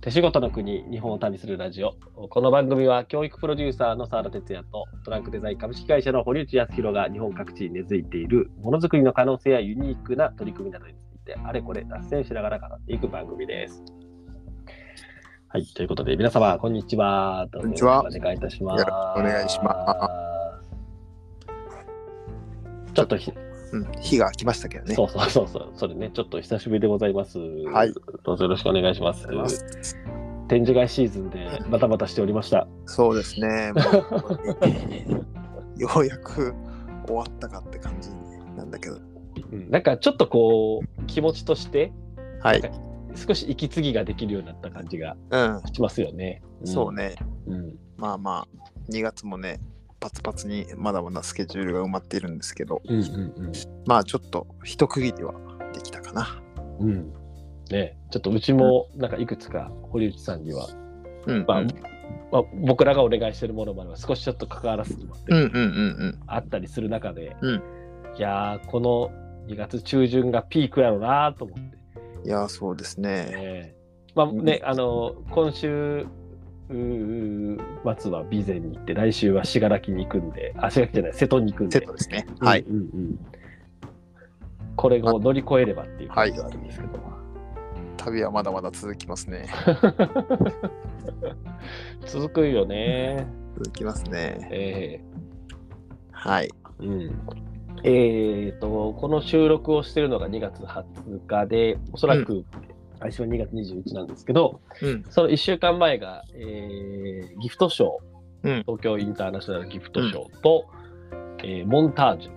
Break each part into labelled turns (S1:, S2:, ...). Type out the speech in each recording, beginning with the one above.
S1: 手仕事の国日本を旅するラジオこの番組は教育プロデューサーの澤田哲也とトランクデザイン株式会社の堀内康弘が日本各地に根付いているものづくりの可能性やユニークな取り組みなどについてあれこれ脱線しながら語っていく番組です。はい、ということで皆様こんにちは。こ
S2: んにちは
S1: お願いいたします。。
S2: よろしくお願いします
S1: ちょっとひ
S2: うん、日が来ましたけどね。。
S1: そうそうそうそう、それね、ちょっと久しぶりでございます。はいどうぞよろしくお願いします
S2: あり。がとうございます
S1: 展示会シーズンでバタバタしておりました。
S2: そうですね。もう本当にようや く終わったかって感じなんだけど。
S1: うんなんかちょっとこう、気持ちとして
S2: はい。
S1: 少し息継ぎができるようになった感じが
S2: うん。
S1: しますよね。ん
S2: そう。ね。
S1: うん。
S2: まあまあ、2月もね、パツパツにまだまだスケジュールが埋まっているんですけど、
S1: うんうん
S2: まあちょっと一区切りはできたかな。
S1: うん。うん。ね、ちょっとうちもなんかいくつか堀内さんには、
S2: うん。
S1: まあまあ、僕らがお願いしてるものまでは少しちょっと関わらせてもらって
S2: うんうんうん
S1: あったりする中で、
S2: うん
S1: いやーこの2月中旬がピークやろうなーと思って、
S2: うん。いや、そうですね。
S1: ねまあね
S2: う
S1: あの今週うー末は備前に行って来週は信楽に行くんであ信楽じゃない瀬戸に行くん
S2: セ
S1: で
S2: ットですね。はい。
S1: うんうんうんこれを乗り越えればっていう感じがあるんですけど、
S2: 旅はまだまだ続きますね。
S1: 続くよね
S2: 続きますね。
S1: え
S2: はい。
S1: ーうんえー、とこの収録をしてるのが2月20日でおそらく来週は2月21日なんですけど、
S2: うん。
S1: その1週間前が、えーギフトショー、
S2: うん
S1: 東京インターナショナルギフトショーと、えーモンタージュ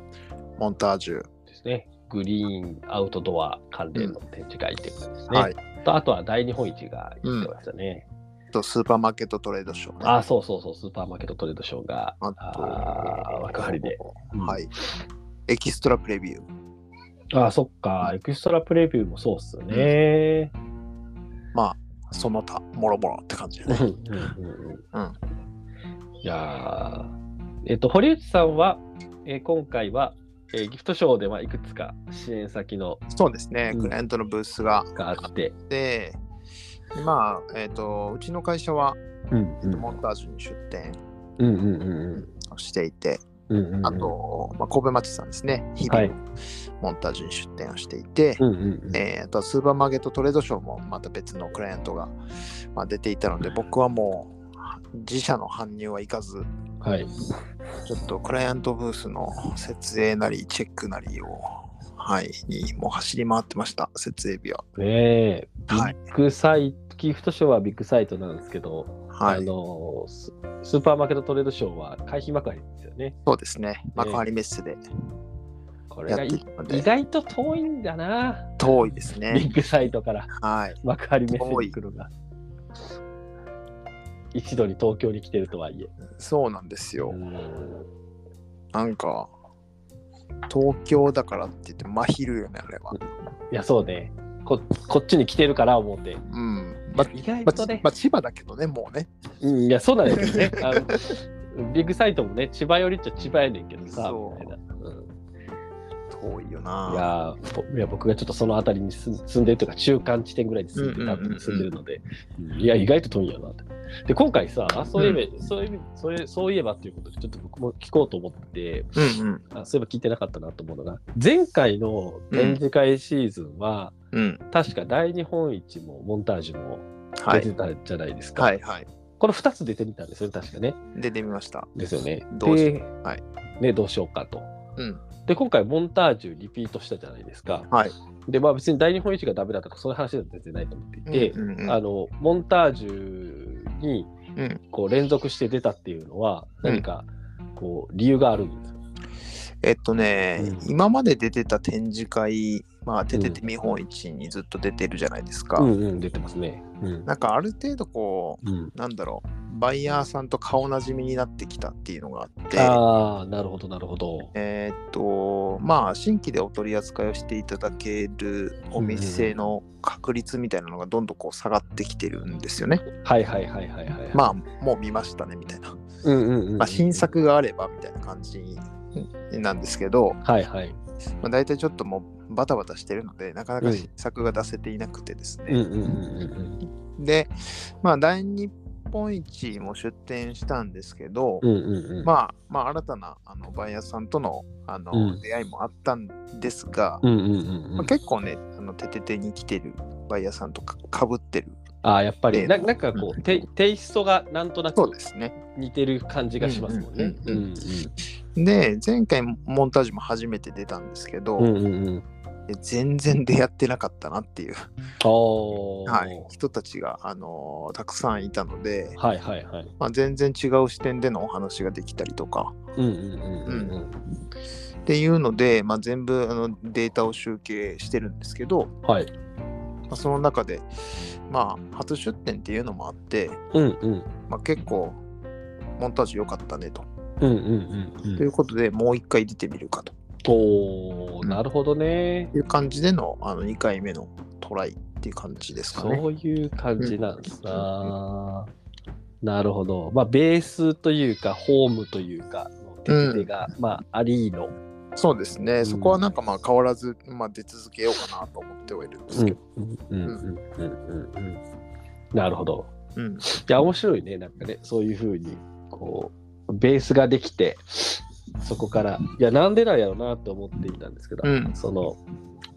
S2: モンタージュ。
S1: ですね、グリーンアウトドア関連の展示会っていう感じですね。
S2: はい。
S1: とあとは大日本市が行ってましたね。
S2: とスーパーマーケットトレードショーね。
S1: ああ、そうそうそう、スーパーマーケットトレードショーが
S2: あ
S1: あー
S2: と、
S1: 幕張で。
S2: はい。エキストラプレビュー。
S1: ああ、そっか、エクストラプレビューもそうっすね。
S2: その他、もろもろって感じだ
S1: うん
S2: ね。
S1: うんう
S2: うん
S1: んいやーえっと、堀内さんは、えー今回は、えーギフトショーではいくつか支援先の
S2: そうですね。
S1: うん
S2: クライアントのブースが
S1: があって、
S2: あって、まあ、えっ、と、うちの会社は
S1: うんうん
S2: モンタージュに出店
S1: うんうんうん
S2: をしていて、
S1: うんうんうん
S2: あと、まあ、神戸町さんですね。日
S1: は
S2: 々
S1: い、
S2: モンタージュに出店をしていて、
S1: うんうん
S2: えーあとはスーパーマーケットトレードショーもまた別のクライアントが、まあ、出ていたので、僕はもう自社の搬入は行かず、
S1: うんはい
S2: ちょっとクライアントブースの設営なりチェックなりを、はい、にもう走り回ってました、設営日は。
S1: ねえ
S2: はい。
S1: ビッグサイトギフトショーはビッグサイトなんですけど、
S2: は
S1: あ
S2: い、
S1: のススーパーマーケットトレードショーは会費幕張ですよね
S2: そうですね、幕張メッセで
S1: これ
S2: やっ
S1: が
S2: て
S1: い
S2: いたの
S1: 意
S2: で、
S1: 外と遠いんだな、
S2: 遠いです
S1: ビ
S2: ね。
S1: ッグサイトから
S2: はい。
S1: 幕張メッセに来るのが一度に東京に来てるとはいえ
S2: そうなんですよ
S1: う。ん
S2: なんか、東京だからって言って、真昼よね、あれは。
S1: いやそうねここっちに来てるから思って
S2: うん。ま
S1: 意外
S2: ま
S1: とね、
S2: ま千葉だけどね、もうね。
S1: うん、いや、そうなんです よね。あのビッグサイトもね、千葉寄りっちゃ千葉やねんけどさ、
S2: そう
S1: みたいな。うん
S2: 遠いよ
S1: い
S2: な。
S1: やーぼいや僕がちょっとその辺りに住ん住んでるというか中間地点ぐらいに住んでた
S2: うんうんうんうん
S1: 住んでるので、うんいや意外と遠いんやなってで今回さそういえば、そういえばそういえそういえばっていうことでちょっと僕も聞こうと思って
S2: うんうん。
S1: あそういえば聞いてなかったなと思うのが前回の展示会シーズンは、
S2: うん。
S1: 確か大日本一もモンタージュも
S2: は
S1: 出て
S2: い。
S1: たじゃないですか、
S2: はいはい。
S1: この2つ出てみたんですよね確かね
S2: 出てみました。
S1: ですよね。
S2: どうし
S1: で
S2: はい
S1: ね、どうしようかと。
S2: うん。
S1: で、今回、モンタージュリピートしたじゃないですか。
S2: はい。
S1: で、まあ別に大日本一がダメだとか、そういう話では全然ないと思っていて、
S2: うんうんうん
S1: あの、モンタージュに
S2: うん
S1: こう連続して出たっていうのは、
S2: うん
S1: 何かこう理由があるんですよ。
S2: えっとね、
S1: うん
S2: 今まで出てた展示会、まあ、出てて見本市にずっと出てるじゃないですか。
S1: うんうん、出てますね。うん。
S2: なんかある程度こ
S1: うん、
S2: う、なんだろう、バイヤーさんと顔なじみになってきたっていうのがあって、
S1: ああ、なるほど、なるほど。
S2: えーっと、まあ、新規でお取り扱いをしていただけるお店の確率みたいなのがどんどんこう下がってきてるんですよね。
S1: はいはいはいはいはい。
S2: まあ、もう見ましたねみたいな。
S1: うんうんうんうん
S2: まあ、新。作があればみたいな感じなんですけど、
S1: はいはい。
S2: まあ、大体ちょっともうバタバタしてるのでなかな
S1: う
S2: か
S1: ん
S2: 新作が出せていなくてですね、
S1: うんうんうんうんうん。
S2: で、まあ、大日本一も出店したんですけど、
S1: うんうんうん。
S2: まあ、まあ、新たなあのバイヤーさんとのあの、
S1: うん
S2: 出会いもあったんですが、
S1: うんうんうんう
S2: まあ、
S1: ん、
S2: 結構ね、あのてててに来てるバイヤーさんとかかぶってる。
S1: ああやっぱ
S2: え
S1: り
S2: え
S1: ななんかこ
S2: うん
S1: うテテイストがなんとな
S2: そう
S1: く
S2: ですね。
S1: 似てる感じがしますもんね。
S2: う
S1: うんん
S2: うんで、前回モンタージュも初めて出たんですけど、
S1: うんうんうんうん。
S2: で全然出会ってなかったなっていう、
S1: おー
S2: はい、人たちが、あのーたくさんいたので、
S1: はいはいはい。
S2: まあ、全然違う視点でのお話ができたりとか
S1: うんうんうんうんうん。
S2: っていうので、まあ、全部あのデータを集計してるんですけど、
S1: はい。
S2: まあ、その中で、まあ、初出店っていうのもあって、
S1: うんうん。
S2: まあ、結構モンタージュ良かったねと。
S1: うんうんうん
S2: と
S1: う
S2: い
S1: ん。
S2: うことでもう一回出てみるかと
S1: おおなるほどね。
S2: いう感じでのあの2回目のトライっていう感じですかね。
S1: そういう感じなんですな、なるほど。まあ、ベースというか、ホームというか、手
S2: うん
S1: 手が、まあ、アリーノ。
S2: そうですね、
S1: ん
S2: そこはなんかまあ変わらず、まあ、出続けようかなと思ってはいるんですけど。
S1: うんうんうんうんうんなるほど。
S2: うん
S1: いや、面白いね。なんかね、そういうふうに、こう、ベースができて、そこから、いや、なんでなんやろうなって思っていたんですけど、
S2: うん
S1: その、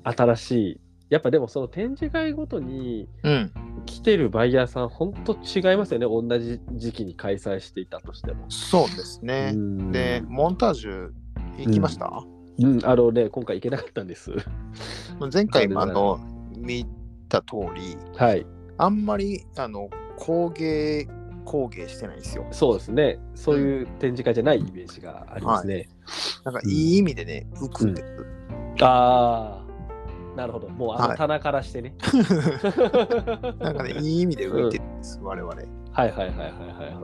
S1: 新しい、やっぱでもその展示会ごとに
S2: うん、
S1: 来てるバイヤーさん、本当違いますよね。同じ時期に開催していたとしても。
S2: そうですね。で、モンタージュ行きました、
S1: うん、うん、あのね、今回行けなかったんです。
S2: 前回もあ
S1: なんでだ
S2: の見た通り、
S1: はい、
S2: あんまりあの工芸工芸してないんですよ。
S1: そうですね。そういう展示会じゃないイメージがありますね。
S2: なんかいい意味でね、浮くんです。
S1: ああ、なるほど。もうあ
S2: は
S1: の
S2: い
S1: 棚からしてね。
S2: なんかね、いい意味で浮いてるんです、我々。
S1: はいはいはいはいはいは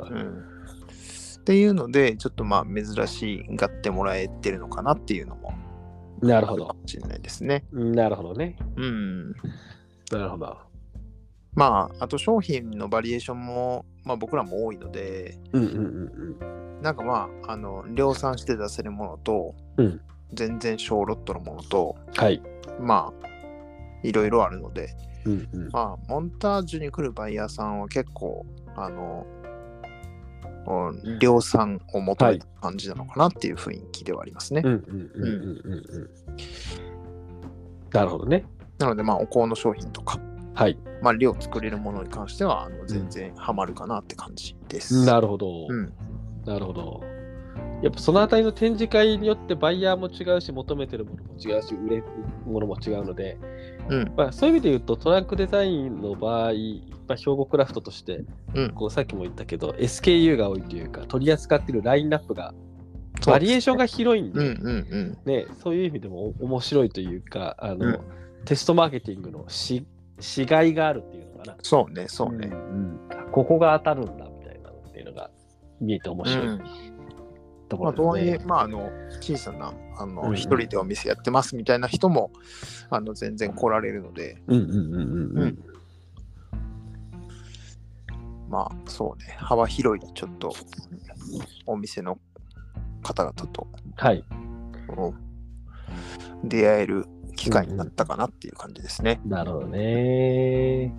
S1: い。
S2: っていうので、ちょっとまあ珍しがってもらえてるのかなっていうのも
S1: な
S2: あ
S1: るほ
S2: か
S1: ど。
S2: もしれないですね。
S1: なるほどね。
S2: うん。
S1: なるほど。
S2: まあ、あと商品のバリエーションも、まあ、僕らも多いので、
S1: うんうんうんうん。
S2: なんかまあ、あの量産して出せるものと、
S1: うん
S2: 全然小ロットのものと、
S1: はい。
S2: まあ、いろいろあるので、
S1: うんうん。
S2: まあ、モンタージュに来るバイヤーさんは結構、あの、こう量産を求めた感じなのかなっていう雰囲気ではありますね。
S1: うんうんうんうんうんうん。なるほどね。
S2: なので、まあ、お香の商品とか、
S1: はい。
S2: まあ、量作れるものに関しては、あの全然ハマるかなって感じです。
S1: なるほど。
S2: うん、
S1: なるほど。やっぱそのあたりの展示会によってバイヤーも違うし求めてるものも違うし売れるものも違うので、
S2: うん
S1: まあ、そういう意味で言うとトランクデザインの場合、まあ、兵庫クラフトとして、
S2: うん
S1: こうさっきも言ったけど SKU が多いというか取り扱ってるラインナップがバリエーションが広いん
S2: うん
S1: で、
S2: うんうん。
S1: ね、そういう意味でもお面白いというかあの、
S2: うん
S1: テストマーケティングのししがいがあるっていうのかな。
S2: そうね、そうね。
S1: んうんあここが当たるんだみたいなのっていうのが見えて面白い
S2: うん
S1: とこ
S2: まあ、
S1: ろ
S2: とはい
S1: で
S2: え
S1: す、ね。
S2: まあ、あの小さなあ
S1: うん
S2: の
S1: うん
S2: 一人でお店やってますみたいな人もあの全然来られるので、
S1: うんうんうんうん
S2: う
S1: うんん。
S2: まあそうね、幅広いちょっとお店の方々と
S1: はい。
S2: うん出会える機会になったかなっていう感じですね。
S1: なるほどね。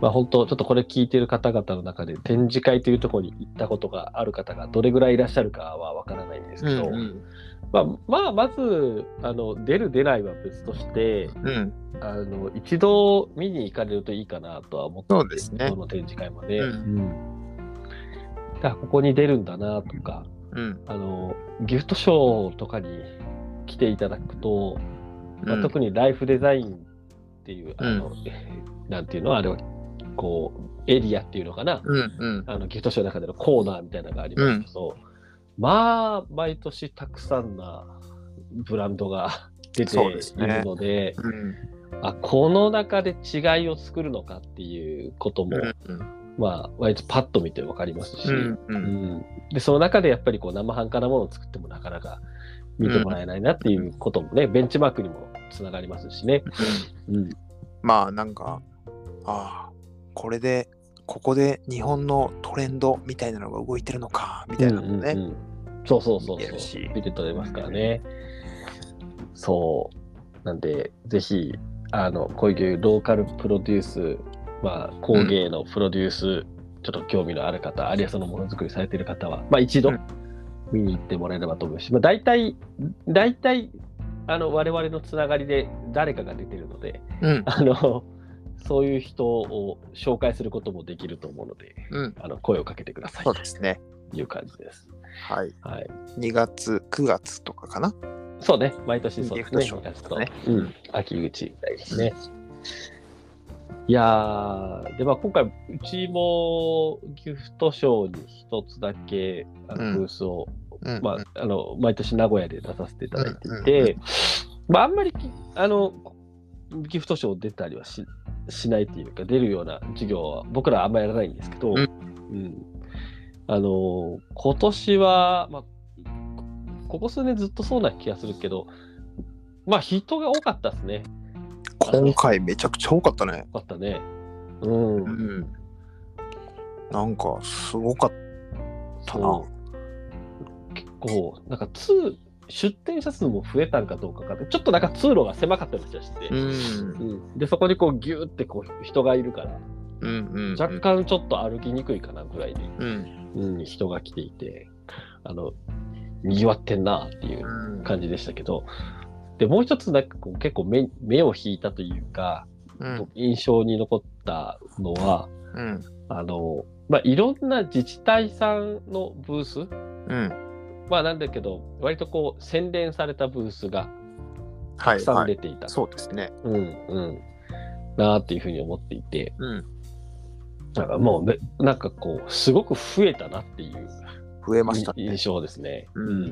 S1: まあ本当、ちょっとこれ聞いてる方々の中で展示会というところに行ったことがある方がどれぐらいいらっしゃるかはわからないんですけど、まあ、まあ、まず、あの、出る出ないは別として、
S2: うん
S1: あの、一度見に行かれるといいかなとは思って
S2: そうですね
S1: どの展示会もね。
S2: うん
S1: だからここに出るんだなとか、
S2: うん
S1: あの、ギフトショーとかに来ていただくと、まあ
S2: うん
S1: 特にライフデザインっていう、あ
S2: う
S1: の、 なんていうのあれは、こう、エリアっていうのかな、
S2: うんうん
S1: あのギフトショーの中でのコーナーみたいなのがありますけど、まあ、毎年たくさんなブランドが出てい
S2: そうですね
S1: るので、
S2: うん
S1: あこの中で違いを作るのかっていうことも、
S2: うん
S1: まあ、割とパッと見て分かりますし、
S2: うんう
S1: うんんでその中でやっぱりこう生半可なものを作ってもなかなか見てもらえないなっていうこともね、ベンチマークにもつながりますしね。うん、
S2: まあなんかああこれでここで日本のトレンドみたいなのが動いてるのかみたいなのもね、
S1: うんうんうんそうそうそう
S2: 見れる
S1: そ
S2: し
S1: う。見て取れますからね。そう。なんで、ぜひ、あの、こういうローカルプロデュースまあ、工芸のプロデュース、ちょっと興味のある方、あるいはそのものづくりされている方は、まあ、一度
S2: うん
S1: 見に行ってもらえればと思うし、まあ、大体、大体、あの我々のつながりで誰かが出てるので、
S2: うん
S1: あのそういう人を紹介することもできると思うので、
S2: うん
S1: あの声をかけてください
S2: そうですね
S1: という感じです。
S2: はい
S1: はい、
S2: 2月9月とかかな
S1: そうね、毎年そうですね、
S2: ギフトショップ
S1: 2月と、
S2: ね
S1: うん、秋口みたいですね。いやー、で、まあ、今回、うちもギフトショーに一つだけあ
S2: う
S1: の
S2: ん
S1: ブースを、
S2: うん
S1: まあ、あの毎年名古屋で出させていただいていて、
S2: うんうん
S1: まあ、あんまりきあのギフトショー出たりはししないというか出るような授業は僕らはあんまりやらないんですけど、
S2: うん
S1: うんあの今年は、まあ、こここ数年ずっとそうな気がするけど、まあ、人が多かったですね。
S2: 今回めちゃくちゃ多かったね
S1: 多かったね。うん、
S2: うんなんかすごかったな
S1: そう結構なんか通出店者数も増えたんかどうかかってちょっとなんか通路が狭かったりして、
S2: うん
S1: うんでそこにこうギューってこう人がいるから
S2: うんうん
S1: 若干ちょっと歩きにくいかなぐらいで、
S2: うん
S1: うん、人が来ていてあの賑わってんなっていう
S2: うん
S1: 感じでしたけどでもう一つなんかこう結構目目を引いたというか、
S2: うん
S1: 印象に残ったのは
S2: うん
S1: あの、まあ、いろんな自治体さんのブース、
S2: うん
S1: まあなんだけど、割とこう洗練されたブースが
S2: は
S1: たく
S2: い
S1: さん
S2: はい
S1: 出ていた、
S2: そうですね
S1: うんうん、なあっていうふうに思っていて、
S2: うん
S1: なんかもうね、なんかこう、すごく増えたなっていう
S2: 増えましたね
S1: 印象ですね。
S2: うん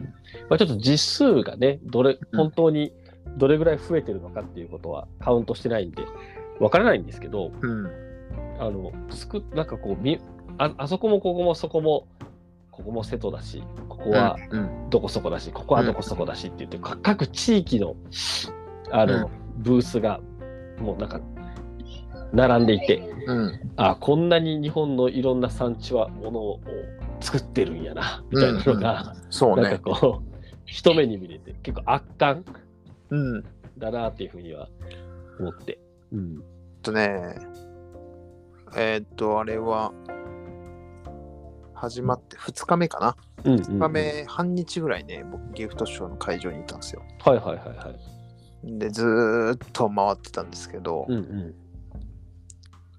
S1: まあ、ちょっと実数がね、どれ
S2: うん
S1: 本当にどれぐらい増えてるのかっていうことはカウントしてないんで、わからないんですけど、
S2: うん
S1: あのつくなんかこうみあ、あそこもここもそこも、ここも瀬戸だし、ここは
S2: うん
S1: どこそこだし、ここはどこそこだしって言って、か各地域のあの、ブースがもうなんか並んでいて、
S2: うん
S1: あこんなに日本のいろんな産地はものを作ってるんやなみたいなのが、
S2: そう
S1: なん
S2: ね
S1: かこう、一目に見れて、結構圧巻
S2: うん
S1: だなっていうふうには思って。うん、
S2: えっとね、えーっと、あれは、始まって2日目かな。
S1: うん、
S2: 2日目、半日ぐらいね、僕、ギフトショーの会場にいたんですよ。
S1: はいはいはいはい。
S2: で、ずーっと回ってたんですけど、
S1: うんう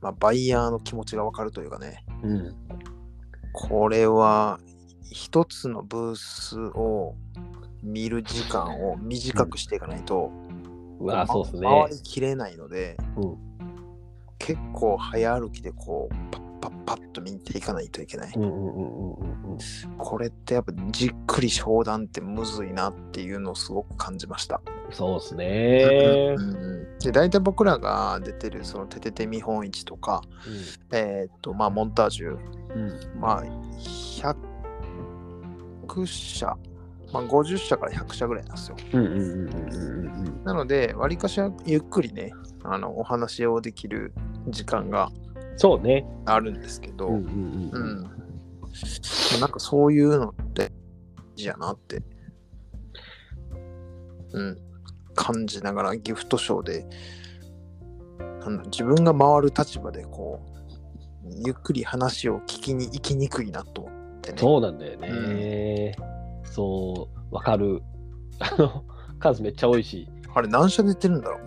S2: まあ、バイヤーの気持ちがわかるというかね、
S1: ん。うん
S2: これは、一つのブースを見る時間を短くしていかないと、
S1: うわそうですね。
S2: 回りきれないので、
S1: うん
S2: 結構早歩きでこう、パッパッパッと見ていかないといけない。
S1: うんうんうんうんうんうん。
S2: これってやっぱじっくり商談ってむずいなっていうのをすごく感じました。
S1: そうですね
S2: う。ん、で大体僕らが出てるその「ててて見本市」とか、えーっとまあ、モンタージュ、
S1: うんうん
S2: まあ、100社、まあ、50社から100社ぐらいなんですよ。
S1: うんうんうんうんうんうん
S2: なのでわりかしゆっくりねあのお話をできる時間が
S1: そうね。
S2: あるんですけど、うん
S1: ん
S2: なんかそういうのって大事やなって、うん、感じながらギフトショーであの自分が回る立場でこうゆっくり話を聞きに行きにくいなと思ってね。
S1: そうなんだよね。そう、わかる。あの、数めっちゃ多いし、
S2: あれ何社出てるんだろう、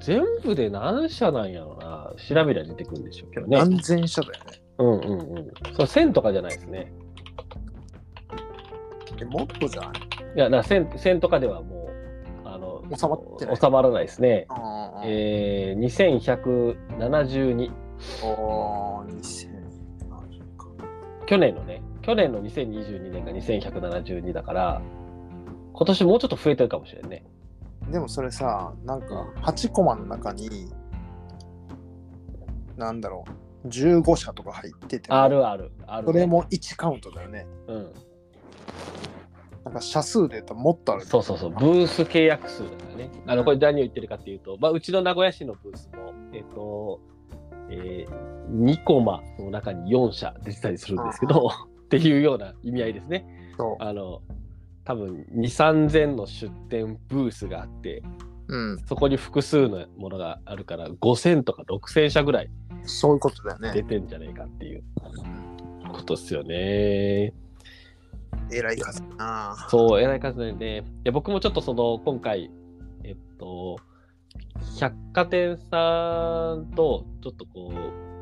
S1: 全部で何社なんやろな。調べりゃ出てくるんでしょうけどね。
S2: 何千社だよね。
S1: うんうんうん。そう、1000とかじゃないですね。
S2: えもっとじゃない
S1: いや、だから 1000, 1000とかではもう、あの、
S2: 収まってない
S1: 収まらないですね。
S2: あー
S1: えー、2172。
S2: あー、2000あそうか
S1: 去年のね、去年の2022年が2172だから、今年もうちょっと増えてるかもしれんね。
S2: でもそれさ、なんか8コマの中に、なんだろう、15社とか入ってても、
S1: あるある。ある
S2: それも1カウントだよね。
S1: うん。
S2: なんか社数で言ったらもっとある。
S1: そうそうそう、ブース契約数だからね。あのこれ何を言ってるかっていうと、まあ、うちの名古屋市のブースも、えっ、と、えー、2コマの中に4社出てたりするんですけど、っていうような意味合いですね。
S2: そ
S1: あの、多分2、3000の出店ブースがあって、
S2: う。うん。
S1: そこに複数のものがあるから、5000とか6000社ぐらい
S2: そういうことだよ
S1: 出
S2: ね。
S1: てんじゃねえかっていうことっすよね。
S2: えらい数だな。
S1: そう、偉い数で、ね、いや僕もちょっとその、今回、えっと、百貨店さんと、ちょっとこ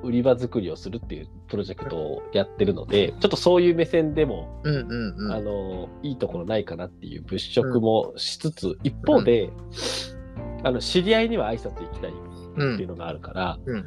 S1: う、売り場作りをするっていうプロジェクトをやってるので、ちょっとそういう目線でも、
S2: うんうんう
S1: あ
S2: ん。
S1: の、いいところないかなっていう物色もしつつ、一方で、あの、知り合いには挨拶行きたい
S2: う
S1: っていうんのがあるから、
S2: うん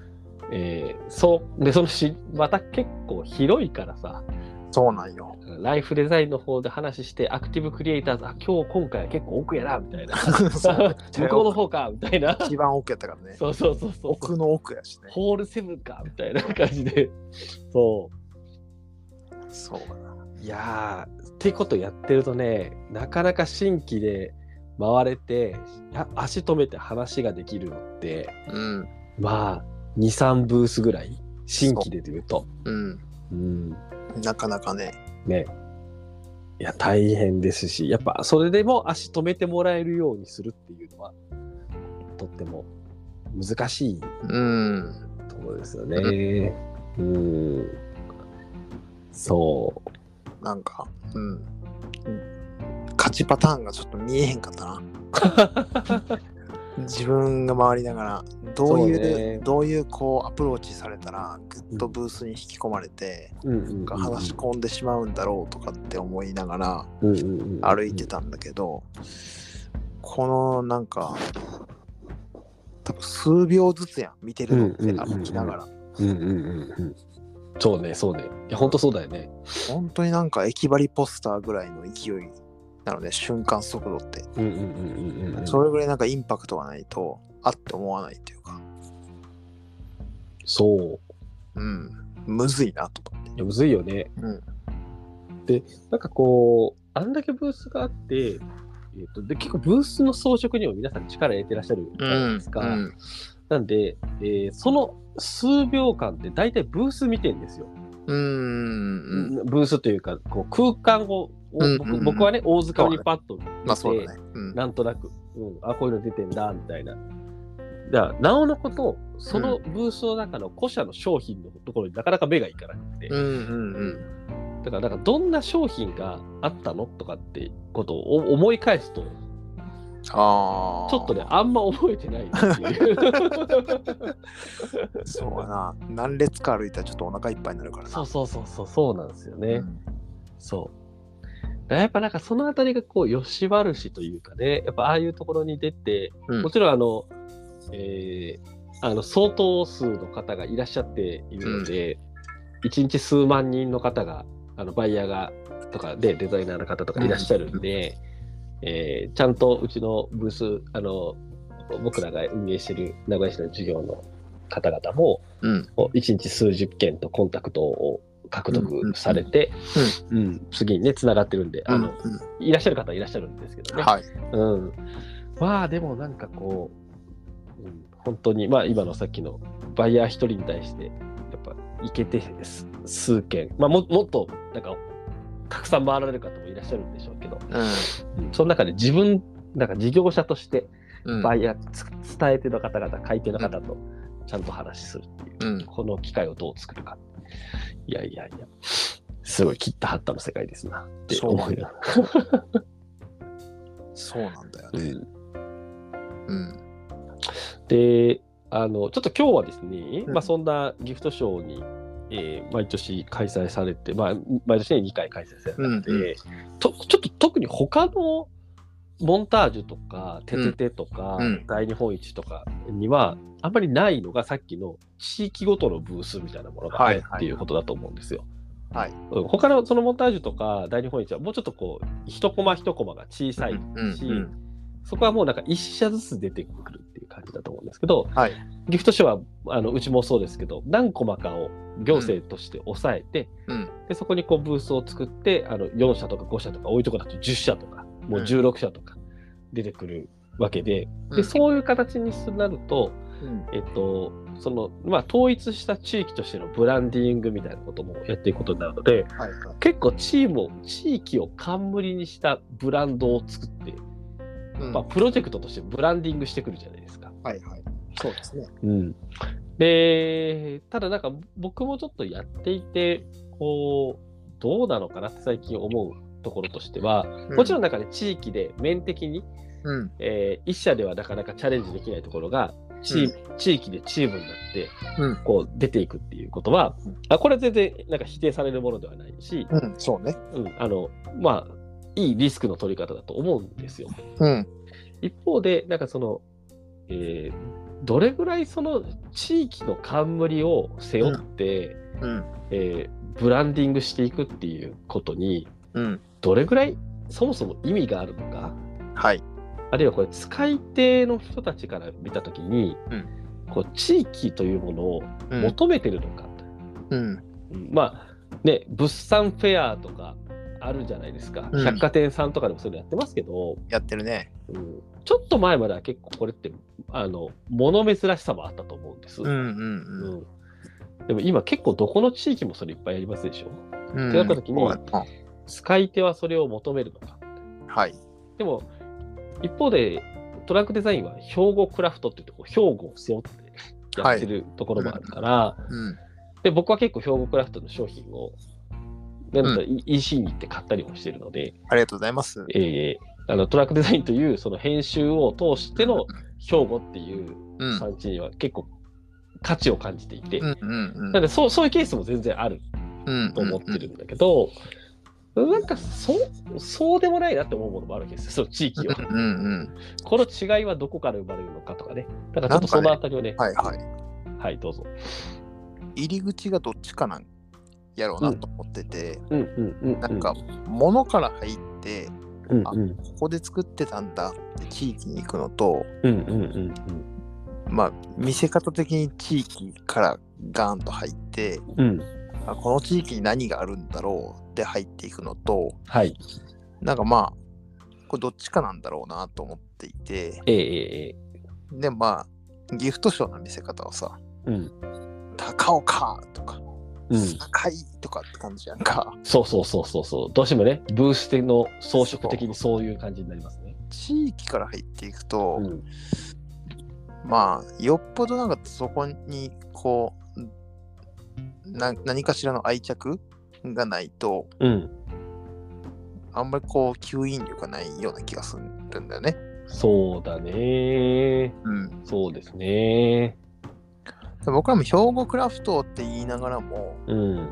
S1: えーそう、で、そのし、また結構広いからさ、
S2: そうなん よ。
S1: ライフデザインの方で話して、アクティブクリエイターズ、あ、今日今回は結構奥やな、みたい な。
S2: そう
S1: 向こうの方か、みたいな。
S2: 一番奥やったからね。
S1: そうそうそうそう。
S2: 奥の奥やしね。
S1: ホールセブンか、みたいな感じで。そ
S2: そうだな。
S1: う。いやー、ってことやってるとね、なかなか新規で回れて、あ足止めて話ができるのって、
S2: うん。
S1: まあ、2、3ブースぐらい、新規で言うと。
S2: うん。
S1: うん。
S2: なかなかね。
S1: ね。いや、大変ですし、やっぱそれでも足止めてもらえるようにするっていうのは、とっても難しい
S2: うん。
S1: ところですよね。うん。そう。
S2: なんか、うん。勝ちパターンがちょっと見えへんかった な。自分が回りながら、どういう、
S1: そうね
S2: どういうこうアプローチされたら、ぐっとブースに引き込まれて、
S1: うんうんうん
S2: なんか話し込んでしまうんだろうとかって思いながら、
S1: うんうんうん
S2: 歩いてたんだけど、このなんか多分数秒ずつやん見てるのって
S1: うんうんうんうん
S2: 歩きながら、
S1: うんうんうんうん。そうね、そうね。いや、ほんとそうだよね。
S2: 本当になんか駅張りポスターぐらいの勢いなので瞬間速度って、
S1: うんうんうんうんうん。
S2: それぐらいなんかインパクトがないとあって思わないっていうか
S1: そう。
S2: うんむずいなと思って
S1: いやむずいよね。
S2: うん
S1: で、なんかこう、あんだけブースがあって、えー、とで結構ブースの装飾にも皆さん力入れてらっしゃるじゃないですか。
S2: うん
S1: なんで、えーその数秒間で大体ブース見てんですよ。
S2: うんうん
S1: ブースというか、こう空間を、お
S2: うん
S1: 僕
S2: うんうん
S1: 僕はね、大塚にパッと見て、
S2: まあそうだねうん
S1: なんとなく、うん、あ、こういうの出てんだ、みたいな。だからなおのこと、そのブースの中の個社の商品のところになかなか目がいかなくて、
S2: うんうんうん
S1: だからなんかどんな商品があったのとかってことを思い返すと
S2: ああ
S1: ちょっとねあんま覚えてないっていう
S2: そうやな何列か歩いたらちょっとお腹いっぱいになるから な
S1: そうそうそうそうそうなんですよね、
S2: うん
S1: そうだからやっぱなんかそのあたりがこうよし悪しというかねやっぱああいうところに出て、
S2: うん
S1: もちろんあのえーあの相当数の方がいらっしゃっているので、一1日数万人の方があのバイヤーがとかでデザイナーの方とかいらっしゃるんで、えーちゃんとうちのブースあの僕らが運営してる名古屋市の事業の方々も
S2: うん
S1: 1日数十件とコンタクトを獲得されて、うん次にねつながってるんであの、
S2: うん
S1: いらっしゃる方はいらっしゃるんですけどね。
S2: はい
S1: うん、まあでもなんかこう、うん、本当にまあ今のさっきのバイヤー一人に対してやっぱいけてす数件、まあ、ももっとなんかたくさん回られる方もいらっしゃるんでしょうけど、
S2: う
S1: うんその中で自分なんか事業者として
S2: ん
S1: バイヤーつ、伝え手の方々買い手の方とちゃんと話しするっていう、
S2: うん
S1: この機会をどう作るかいやいやいやすごい切ったはったの世界ですなって
S2: そうな
S1: 思
S2: ん
S1: い
S2: だ
S1: ながら
S2: そうなんだよ
S1: う
S2: ね。
S1: ん
S2: うん。
S1: であのちょっと今日はですね、
S2: うん
S1: まあ、そんなギフトショーに、えー毎年開催されて、まあ、毎年2回開催されて
S2: うん。
S1: でとちょっと特に他のモンタージュとか「ててて」とか、
S2: うん
S1: 大日本一」とかにはあんまりないのがさっきの地域ごとのブースみたいなものがある
S2: はい
S1: っていうことだと思うんですよ。
S2: はい
S1: うん他のそのモンタージュとか大日本一はもうちょっとこう一コマ一コマが小さいし、
S2: うん。
S1: そこはもうなんか一社ずつ出てくるっていう感じだと思うんですけど、
S2: はい
S1: ギフトショーはあのうちもそうですけど何コマかを行政として抑えて、
S2: うん。
S1: でそこにこうブースを作ってあの4社とか5社とか多いところだと10社とかもう16社とか出てくるわけで,、
S2: うん
S1: でそういう形になると、
S2: うん。
S1: えっとそのまあ、統一した地域としてのブランディングみたいなこともやっていくことになるので
S2: はいはい。
S1: 結構チームを地域を冠にしたブランドを作って、
S2: うん
S1: まあ、プロジェクトとしてブランディングしてくるじゃないですか。
S2: はいはい。そうですね。
S1: うん、で、ただなんか僕もちょっとやっていて、こう、どうなのかなって最近思うところとしては、もちろん
S2: ん、
S1: なんかね、地域で面的に、
S2: うん、
S1: えー一社ではなかなかチャレンジできないところが、チー地域でチームになって、
S2: うん
S1: こう出ていくっていうことは、
S2: うん
S1: あこれは全然なんか否定されるものではないし、
S2: うん、そうね。
S1: うん、あのまあいいリスクの取り方だと思うんですよ。
S2: うん、
S1: 一方でなんかその、えーどれぐらいその地域の冠を背負って、
S2: うん、
S1: えーブランディングしていくっていうことに
S2: うん、
S1: どれぐらいそもそも意味があるのか
S2: はい。
S1: あるいはこれ使い手の人たちから見た時に、
S2: うん
S1: こう地域というものを
S2: うん、
S1: 求めてるのか、
S2: う
S1: う
S2: ん、
S1: んまあね物産フェアとかあるじゃないですか、
S2: うん
S1: 百貨店さんとかでもそれやってますけど、
S2: やってるね。
S1: うんちょっと前までは結構これってあの物珍しさもあったと思うんです、
S2: うん、
S1: う
S2: うん、
S1: んでも今結構どこの地域もそれいっぱいやりますでしょ
S2: うん。
S1: ってなった時に
S2: そうやった
S1: 使い手はそれを求めるのか
S2: はい。
S1: でも一方でトラックデザインは兵庫クラフトっていうとこう兵庫を背負ってやってるところもあるから、
S2: うん、
S1: で僕は結構兵庫クラフトの商品をなんか EC に行って買ったりもしてるので、
S2: ありがとうございます。
S1: えーあのトラックデザインというその編集を通しての兵庫っていう
S2: うん、
S1: 産地には結構価値を感じていて、
S2: うん、うん、
S1: なんでそうそういうケースも全然ある
S2: うん、
S1: と思ってるんだけど、なんかそうそうでもないなって思うものもあるわけですよその地域を。
S2: うん。うん、うん、
S1: この違いはどこから生まれるのかとかね。だからちょっとそのあたりをね、
S2: はい、はい。
S1: はい、どうぞ。
S2: 入り口がどっちかなんやろうなと思ってて、
S1: うんうんうん。
S2: なんか、物から入って
S1: うん
S2: あ
S1: うん
S2: ここで作ってたんだって地域に行くのと
S1: うんうんうん
S2: まあ見せ方的に地域からガーンと入って
S1: うん。うん。
S2: あこの地域に何があるんだろうって入っていくのと
S1: はい。
S2: なんかまあこれどっちかなんだろうなと思っていて
S1: えええええ
S2: でまあギフトショーの見せ方はさ
S1: え。うん。
S2: 「高岡!」とか「
S1: うん。
S2: 高い!」とかって感じやんか。
S1: そうそうそうそうそう。どうしてもね、ブーステの装飾的にそういう感じになりますね。
S2: 地域から入っていくと、
S1: うん。
S2: まあよっぽどなんかそこにこうな何かしらの愛着がないと
S1: うん。
S2: あんまりこう吸引力がないような気がするんだよね。
S1: そうだね。
S2: うん、
S1: そうですね。
S2: 僕らも兵庫クラフトって言いながらも
S1: うん。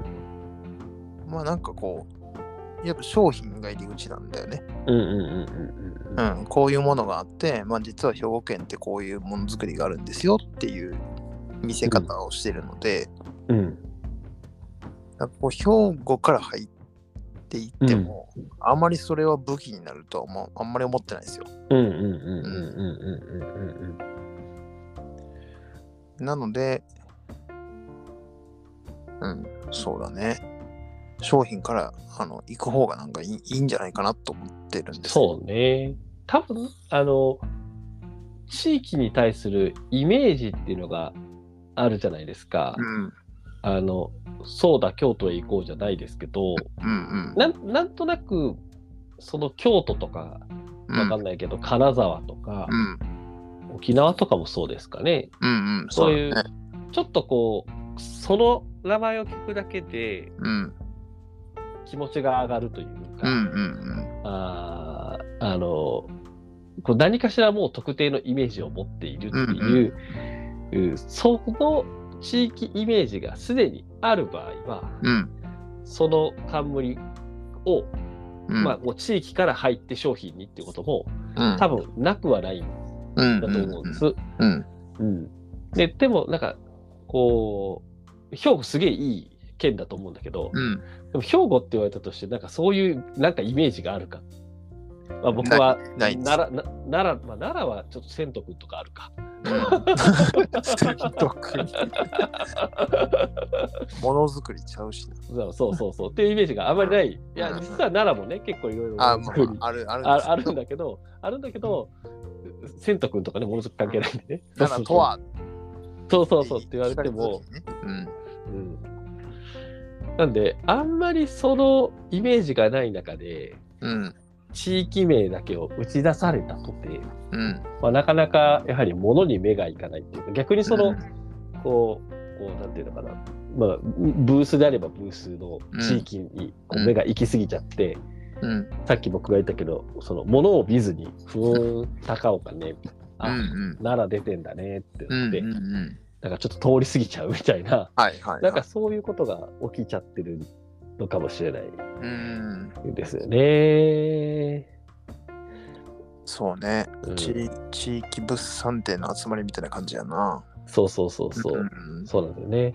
S2: まあなんかこうやっぱ商品が入り口なんだよね。
S1: うんうんうんうん
S2: う
S1: うん。
S2: ん、こういうものがあって、まあ、実は兵庫県ってこういうものづくりがあるんですよっていう見せ方をしてるので、
S1: うん。
S2: なんかこう兵庫から入っていっても、あまりそれは武器になるとは思うあんまり思ってないですよ。
S1: うんうんうんうんうんうんうんうん。
S2: なので、うん、そうだね。商品からあの行く方がなんかいいいいんじゃないかなと思ってるんですよ。
S1: そうね。多分あの地域に対するイメージっていうのがあるじゃないですか。
S2: うん、
S1: あのそうだ京都へ行こうじゃないですけど
S2: うん、
S1: なんなんとなくその京都とか
S2: うん。
S1: わかんないけど、金沢とか
S2: う、ん、
S1: 沖縄とかもそうですかね
S2: うん、うん、
S1: そう
S2: だ
S1: いう
S2: ね。
S1: ちょっとこうその名前を聞くだけで
S2: うん、
S1: 気持ちが上がるという
S2: う
S1: か、
S2: ん、うん、
S1: あーあのこう何かしらもう特定のイメージを持っているっていう、うんその地域イメージがすでにある場合は
S2: うん、
S1: その冠を、
S2: うん。
S1: まあ、もう地域から入って商品にっていうことも
S2: うん、
S1: 多分なくはないん
S2: うん、
S1: だと思うんです。
S2: うん、
S1: うんででもなんかこう兵庫すげえいい県だと思うんだけど、
S2: うん、
S1: でも兵庫って言われたとしてなんかそういうなんかイメージがあるか、まあ、僕は
S2: ないないです
S1: 奈良な奈良、まあ、奈良はちょっと千と君とかあるか
S2: うん。特にものづくりちゃうしな。
S1: そうそうそうそうっていうイメージがあまりないいや
S2: うん
S1: 実は奈良もね結構いろいろ
S2: あ、
S1: ものづ
S2: まあ
S1: くり、
S2: ある、ある。
S1: ああるん。だけどあるんだけど千と君とかねものすごく関係ないんでね
S2: 奈良とは。
S1: そうそうそうって言われても。
S2: うん。
S1: うんなんであんまりそのイメージがない中で
S2: うん。
S1: 地域名だけを打ち出されたとて
S2: うん。
S1: まあ、なかなかやはり物に目がいかないっていうか逆にその、
S2: うん
S1: こう、こうなんていうのかな、まあ、ブースであればブースの地域にこう
S2: うん
S1: 目が行き過ぎちゃって、
S2: うん
S1: さっき僕が言ったけど、その物を見ずに、不穏高岡ね、
S2: う
S1: あ、
S2: ん
S1: なら出てんだねって
S2: うんう
S1: なっ
S2: ん
S1: て、
S2: うん
S1: なんかちょっと通り過ぎちゃうみたいな、
S2: はいは
S1: な
S2: い
S1: ん
S2: は
S1: か
S2: い
S1: そういうことが起きちゃってるのかもしれない
S2: うん
S1: ですよね。
S2: そうね、
S1: うん
S2: 地地域物産展の集まりみたいな感じやな
S1: そうそうそうそう。
S2: ん
S1: そうなんだよね。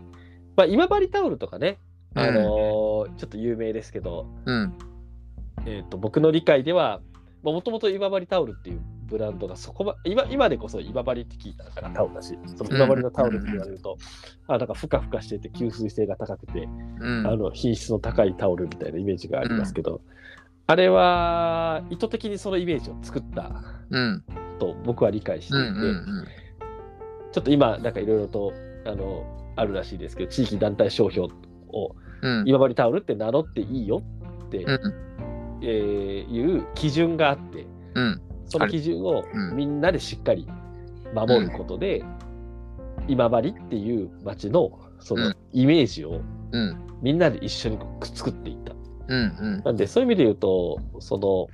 S1: まあ、今治タオルとかね、
S2: うん
S1: あのーちょっと有名ですけど、
S2: うん
S1: えー、と僕の理解では、もともと今治タオルっていうブランドがそこま今今でこそ今治って聞いたからタオルだし、その今治のタオルって言われると、あなんかふかふかしてて吸水性が高くて、
S2: うん
S1: あの品質の高いタオルみたいなイメージがありますけど、あれは意図的にそのイメージを作った
S2: うん
S1: と僕は理解してい
S2: うん
S1: て、
S2: うん
S1: ちょっと今なんかいろいろとあのあるらしいですけど地域団体商標を
S2: うん
S1: 今治タオルって名乗っていいよって、
S2: うん
S1: えーいう基準があって
S2: うん
S1: その基準を
S2: うん
S1: みんなでしっかり守ることで、今治っていう町のそうの
S2: ん
S1: イメージを
S2: うん
S1: みんなで一緒にこう作っていった。
S2: うん
S1: なんでそういう意味で言うとその、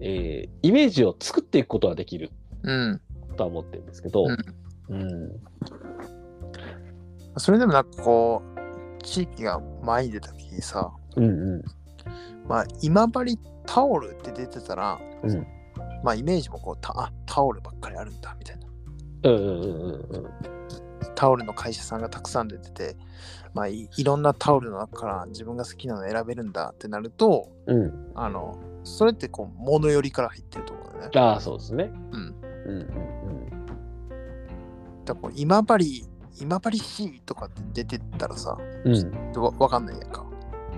S1: えーイメージを作っていくことはできる
S2: うん
S1: とは思ってるんですけど、
S2: うん
S1: うん
S2: それでもなんかこう地域が前に出た時にさ
S1: うんう
S2: まあ今治タオルって出てたら、
S1: うん
S2: まあイメージもこうたあタオルばっかりあるんだみたいな
S1: うんうんうんうんうん
S2: タオルの会社さんがたくさん出ててまあいいろんなタオルの中から自分が好きなの選べるんだってなると
S1: うん
S2: あのそれってこう物寄りから入ってると思うんだよね
S1: ああ、そうですね。
S2: うん。
S1: うんうん
S2: だからこう今治今治市とかって出てったらさ
S1: うん。うん。
S2: わわかんないやんか、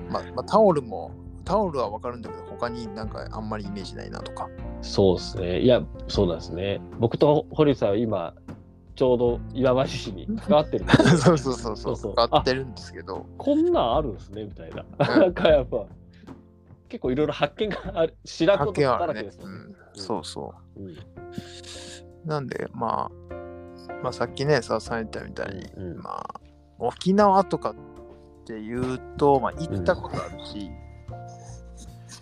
S2: まあまあ、タオルもタオルはわかるんだけど他になんかあんまりイメージないなとか
S1: そうですね。いや、そうなんですね。僕と堀内さんは今、ちょうど岩橋市に関わってるんで
S2: そうそうそうそう
S1: そうそう
S2: 合ってるんですけど
S1: こんなんあるんですね、みたいな。なんかやっぱ、結構いろいろ発見がある、白
S2: 関
S1: 子
S2: 係
S1: だら
S2: ある
S1: け
S2: ね
S1: です、
S2: う
S1: もん
S2: ん、そうそ
S1: うん。
S2: うなんでまあまあさっきねささん言ったみたいに、
S1: うんうん
S2: まあ沖縄とかっていうと、まあ、行ったことあるし、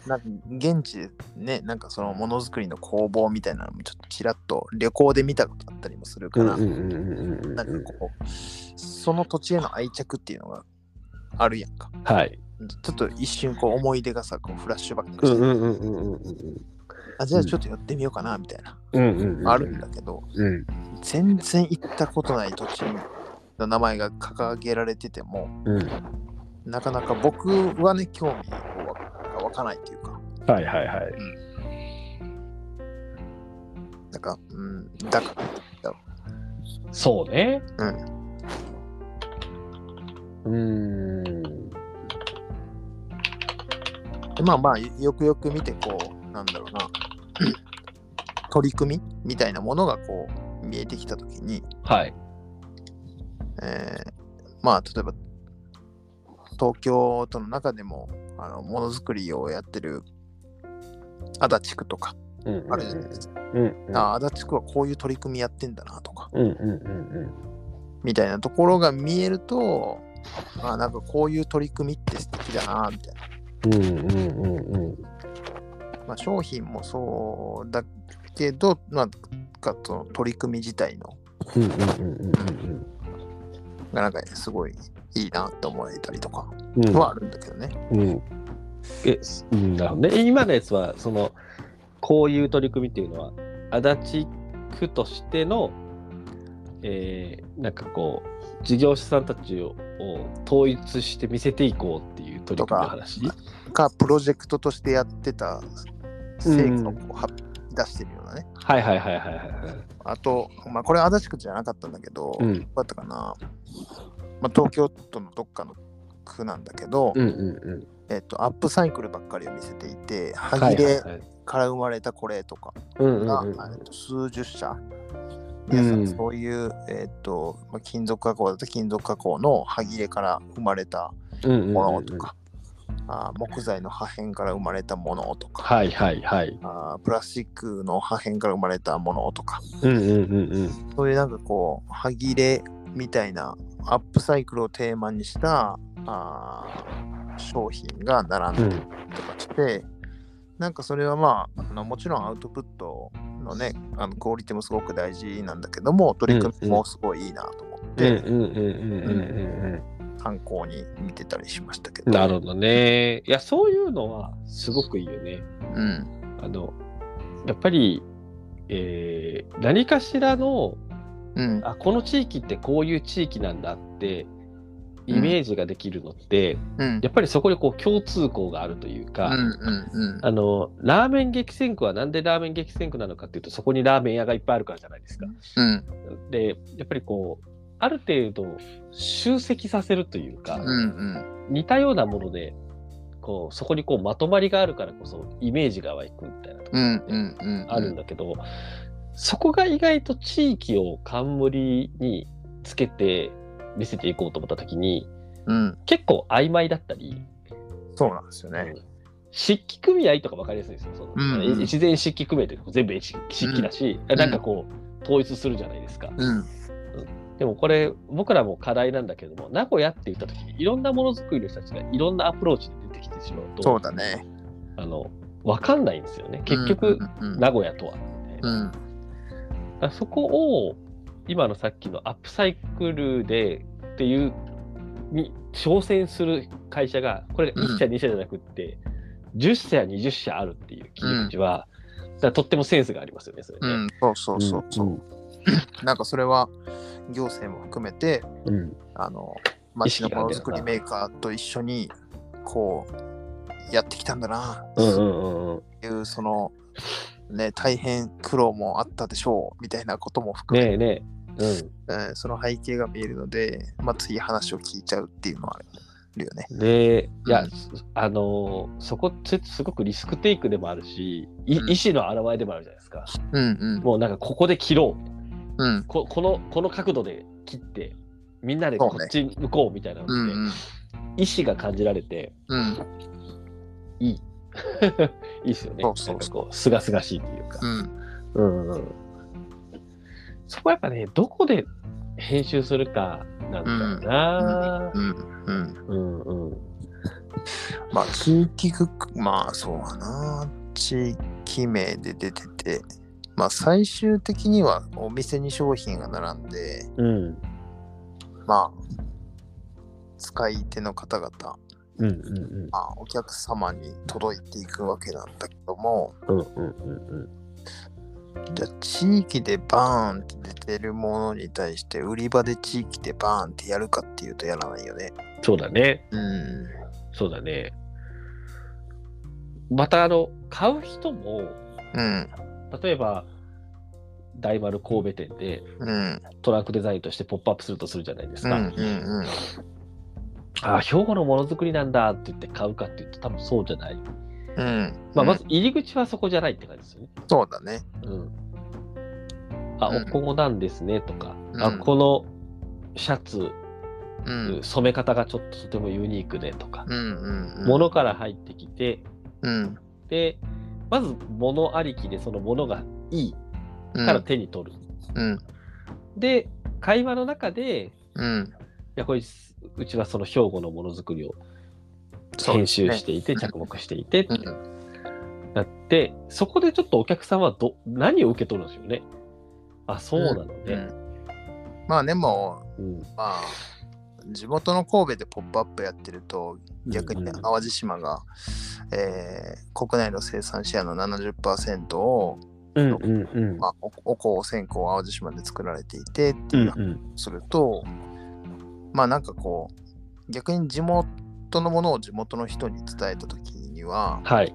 S2: なんか現地でねなんかそのものづくりの工房みたいなのもちょっとちらっと旅行で見たことあったりもする
S1: う
S2: か
S1: ん
S2: ら、
S1: うんうんうんうん
S2: なん
S1: う
S2: か
S1: ん。
S2: こう、その土地への愛着っていうのがあるやんか。
S1: はい。
S2: ちょっと一瞬こう思い出がさ、こうフラッシュバック
S1: う
S2: し
S1: ん
S2: て、
S1: うんうんうんうんうん
S2: あ、じゃあちょっとやってみようかなみたいな、
S1: うんうんうん。
S2: あるんだけど、
S1: うん
S2: 全然行ったことない土地の名前が掲げられてても、
S1: うん。
S2: なかなか僕はね、興味が湧かないというか、
S1: はいはいはい。
S2: なんか、うん、だから、
S1: そうね。うん。ん。
S2: でまあまあ、よくよく見て、こう、なんだろうな、 取り組みみたいなものがこう、見えてきたときに、
S1: はい。
S2: えーまあ例えば東京都の中でもあのものづくりをやってる足立区とか
S1: うんうんうん
S2: あるじゃないですか、
S1: うんうん。
S2: あ足立区はこういう取り組みやってんだなとか
S1: うんうんうんうん。
S2: みたいなところが見えるとあなんかこういう取り組みって素敵だなみたい
S1: うんうんうんうん。
S2: な、まあ、商品もそうだけどなんかその取り組み自体の
S1: うんうんうんうん
S2: がなんかすごいいいなと思えたりとか
S1: うんうん。
S2: はあるんだけどね、
S1: うん。え、すうん、なるほどね。え今のやつは、その、こういう取り組みっていうのは、足立区としての、えー、なんかこう、事業者さんたちをを統一して見せていこうっていう取り組みの話。
S2: かプロジェクトとしてやってた成果をこうは出してるようなね、
S1: はいはいはいはいはいはい。
S2: あと、まあ、これは足立区じゃなかったんだけど、
S1: う。
S2: どうんだったかな、まあ、東京都のどっかの区なんだけど、
S1: うんうんうん。
S2: えっと、アップサイクルばっかりを見せていて
S1: は
S2: 歯
S1: い
S2: 切
S1: はい
S2: れ
S1: はい。
S2: から生まれたこれとか
S1: うんうん
S2: が、
S1: うん。
S2: えっと数十社皆さ
S1: うんん
S2: そういう、えっとまあ、金属加工だったら金属加工の歯切れから生まれた
S1: うんうんうん
S2: ものと
S1: うん
S2: か、あー木材の破片から生まれたものとか、
S1: はいはいはい。
S2: あープラスチックの破片から生まれたものとか
S1: うんうんうんうん。
S2: そういうなんかこう歯切れみたいなアップサイクルをテーマにしたあー商品が並んで
S1: ん。
S2: とかして、なんかそれはまああのもちろんアウトプットのねあのクオリティもすごく大事なんだけども取り組みもすごいいいなと思っ
S1: うんうん
S2: て
S1: うんうんうんうん
S2: 参考に見てたりしましたけ
S1: う
S2: ど。
S1: ん。なるほどね。いや、そういうのはすごくいいよね。
S2: うん
S1: あの、やっぱり、えー何かしらの、
S2: うん
S1: あ、この地域ってこういう地域なんだって、イメージができるのって、
S2: うん
S1: やっぱりそこにこう共通項があるという
S2: うん
S1: か、
S2: うん
S1: あのラーメン激戦区はなんでラーメン激戦区なのかっていうとそこにラーメン屋がいっぱいあるからじゃないですか。
S2: うん
S1: でやっぱりこうある程度集積させるというか、
S2: うんうん
S1: 似たようなものでこうそこにこうまとまりがあるからこそイメージが湧くみたいなとこ
S2: うんうんうん
S1: あるんだけど、そこが意外と地域を冠につけて見せていこうと思った時に
S2: うん
S1: 結構曖昧だったり。
S2: そうなんですよね。
S1: 漆器組合とか分かりやすいですよ。その
S2: うんうん
S1: 越前漆器組合って全部漆器だし、
S2: ん
S1: なんかこう統一するじゃないですか。
S2: うん
S1: でもこれ僕らも課題なんだけども名古屋って言った時にいろんなものづくりの人たちがいろんなアプローチで出てきてしまうと
S2: そうだね。
S1: あの分かんないんですよね結局、
S2: うん
S1: 名古屋とは。
S2: うん
S1: だからそこを今のさっきのアップサイクルでっていうに挑戦する会社がこれが1社2社じゃなくって、10社20社あるっていう切り口は、だからとってもセンスがありますよねそれ
S2: う
S1: ね。
S2: んそうそうそうそうう。
S1: ん
S2: なんかそれは行政も含めて
S1: うん
S2: あの
S1: 意
S2: 町
S1: 識
S2: の
S1: があ
S2: も
S1: るん
S2: の
S1: だよな
S2: づくりメーカーと一緒にこうやってきたんだな
S1: うんう
S2: っ
S1: んうんうん
S2: ていうそのね大変苦労もあったでしょうみたいなことも含
S1: ねえ
S2: め、
S1: ねえ。うん
S2: えーその背景が見えるので、まあ、次話を聞いちゃうっていうのはあるよね。
S1: で、いや、
S2: うん
S1: すあのーそこってすごくリスクテイクでもあるし、い
S2: うん
S1: 意思の表れでもあるじゃないですか。
S2: うん
S1: もうなんかここで切ろう
S2: うんうん
S1: こ、このこの角度で切って、みんなで
S2: そう
S1: こ
S2: ね
S1: っち向こうみたいなのって、
S2: うんうん
S1: 意思が感じられて、
S2: うん
S1: いい。いいっすよね。
S2: そうそう
S1: なんかこう、すがすがしいっていうか。
S2: うん
S1: うんうんそこはやっぱね、どこで編集するかなんだよな。
S2: うんうん
S1: うんうん。
S2: まあ地域区まあそうだな地域名で出ててまあ最終的にはお店に商品が並んで、
S1: うん。
S2: まあ、使い手の方々、
S1: うんうん
S2: まあ、お客様に届いていくわけなんだけども、
S1: うん。うんうんうんうん。
S2: じゃあ地域でバーンって出てるものに対して、売り場で地域でバーンってやるかっていうとやらないよね。
S1: そうだね。
S2: うん。
S1: そうだね。また、あの、買う人も、
S2: うん。
S1: 例えば、大丸神戸店で
S2: うん。
S1: トラックデザインとしてポップアップするとするじゃないです
S2: うん。
S1: か。
S2: うん。
S1: ああ、兵庫のものづくりなんだって言って買うかっていうと、多分そうじゃない。
S2: うん。
S1: まあ、まず入り口はそこじゃないって感じですよね。
S2: そうだね。
S1: うん。あ、
S2: うん
S1: おこごなんですねとか、あ、
S2: うん
S1: このシャツ、
S2: うん。
S1: 染め方がちょっととてもユニークでとか、
S2: うん。うん。
S1: ものから入ってきて、
S2: うん。
S1: でまず物ありきでその物がいい
S2: うん。
S1: から手に取る、
S2: うん。
S1: で会話の中でい
S2: うん。
S1: やこれうちはその兵庫のものづくりを
S2: そう
S1: 編
S2: ですね
S1: 集していて、
S2: うん
S1: 着目していてって
S2: うん。
S1: なって、そこでちょっとお客さんはど何を受け取るんでしょうねあそうなの
S2: う
S1: ね、
S2: ん。まあでも、
S1: うん
S2: まあ地元の神戸でポップアップやってると逆にね
S1: うんうん
S2: 淡路島が、えー国内の生産シェアの70%を、
S1: うんうんうん
S2: まあ、おお香お線香を淡路島で作られていてって
S1: う
S2: い
S1: ん
S2: う話をすると、まあなんかこう逆に地元のものを地元の人に伝えた時には
S1: はい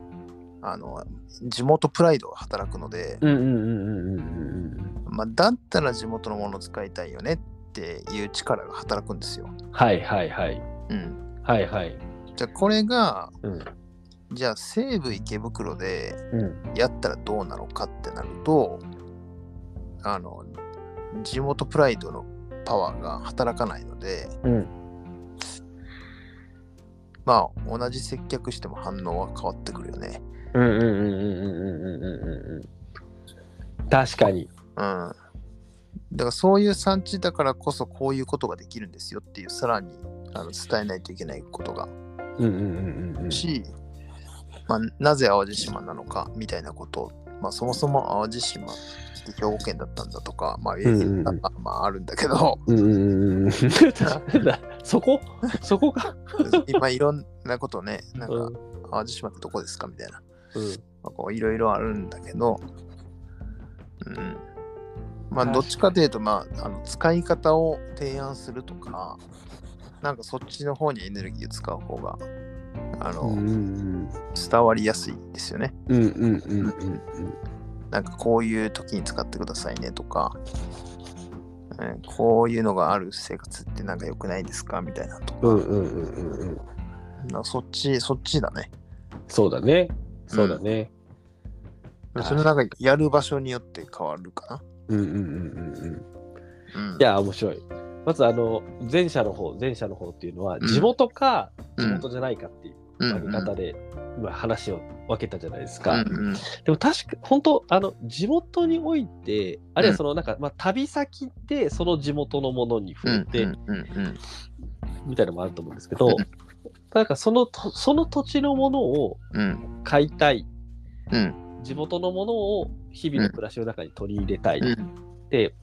S2: あの地元プライドが働くので、
S1: うんうんうんうんうんうん
S2: まあ、だったら地元のものを使いたいよねっていう力が働くんですよ。
S1: はいはいはい
S2: うん、
S1: はいはい
S2: じゃあこれが
S1: うん
S2: じゃあ西武池袋で
S1: うん
S2: やったらどうなのかってなるとあの地元プライドのパワーが働かないので
S1: うん
S2: まあ同じ接客しても反応は変わってくるよね
S1: うんうんうんうんうんうんうんうんうん確かに
S2: うんだからそういう産地だからこそこういうことができるんですよっていうさらにあの伝えないといけないことが
S1: うんうんうんうん。
S2: し、まあ、なぜ淡路島なのかみたいなこと、まあ、そもそも淡路島って兵庫県だったんだとか、まあ、いろいろ
S1: うんうんうん
S2: まああるんだけ ど、
S1: うんうんうんうん。そこそこか。
S2: 今いろんなことね、なん
S1: うん
S2: か淡路島ってどこですかみたいな、
S1: うん
S2: まあこういろいろあるんだけど、うん。まあ、どっちかというと、まあ、あの使い方を提案するとか、なんかそっちの方にエネルギーを使う方が、あの、
S1: うん
S2: 伝わりやすいですよね。
S1: うんうんうんうんうん
S2: なんかこういう時に使ってくださいねとか、うんこういうのがある生活ってなんか良くないですかみたいなとか、
S1: うんうんうんうんうん。
S2: なそっち、そっちだね。
S1: そうだね。そうだね。はい
S2: それなんかやる場所によって変わるか
S1: うんうんうんうんうん。
S2: な。うん、
S1: いや、面白い。まず、あの、前者の方、前者の方っていうのは、
S2: うん
S1: 地元か、
S2: う
S1: 地
S2: ん
S1: 元じゃないかっていう
S2: う
S1: 分
S2: ん、
S1: け方で、今話を分けたじゃないです
S2: う
S1: か。
S2: んうん
S1: でも確か、本当あの、地元において、あるいはその、なんか、まあ、旅先で、その地元のものに
S2: う
S1: 触れ
S2: ん
S1: て、
S2: うんうんうん
S1: みたいなのもあると思うんですけど、
S2: うん
S1: なんか、そのと、その土地のものを
S2: うん
S1: 買いたい。
S2: うん
S1: 地元のものを日々の暮らしの中に取り入れたい。
S2: うん
S1: で、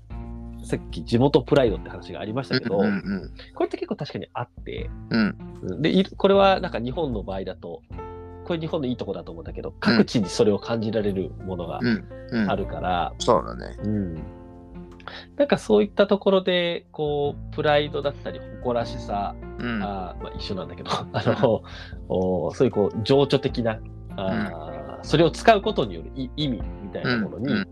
S1: さっき地元プライドって話がありましたけど、
S2: うんうん
S1: これって結構確かにあって、
S2: うん
S1: うんでいこれはなんか日本の場合だとこれ日本のいいとこだと思うんだけど各地にそれを感じられるものが
S2: うんうん
S1: あるから、
S2: そうだね。
S1: うんなんかそういったところでこうプライドだったり誇らしさ、
S2: うん
S1: あーまあ、一緒なんだけど あの、おそういうこう情緒的なあー、それを使うことによるい意味みたいなものに。
S2: うん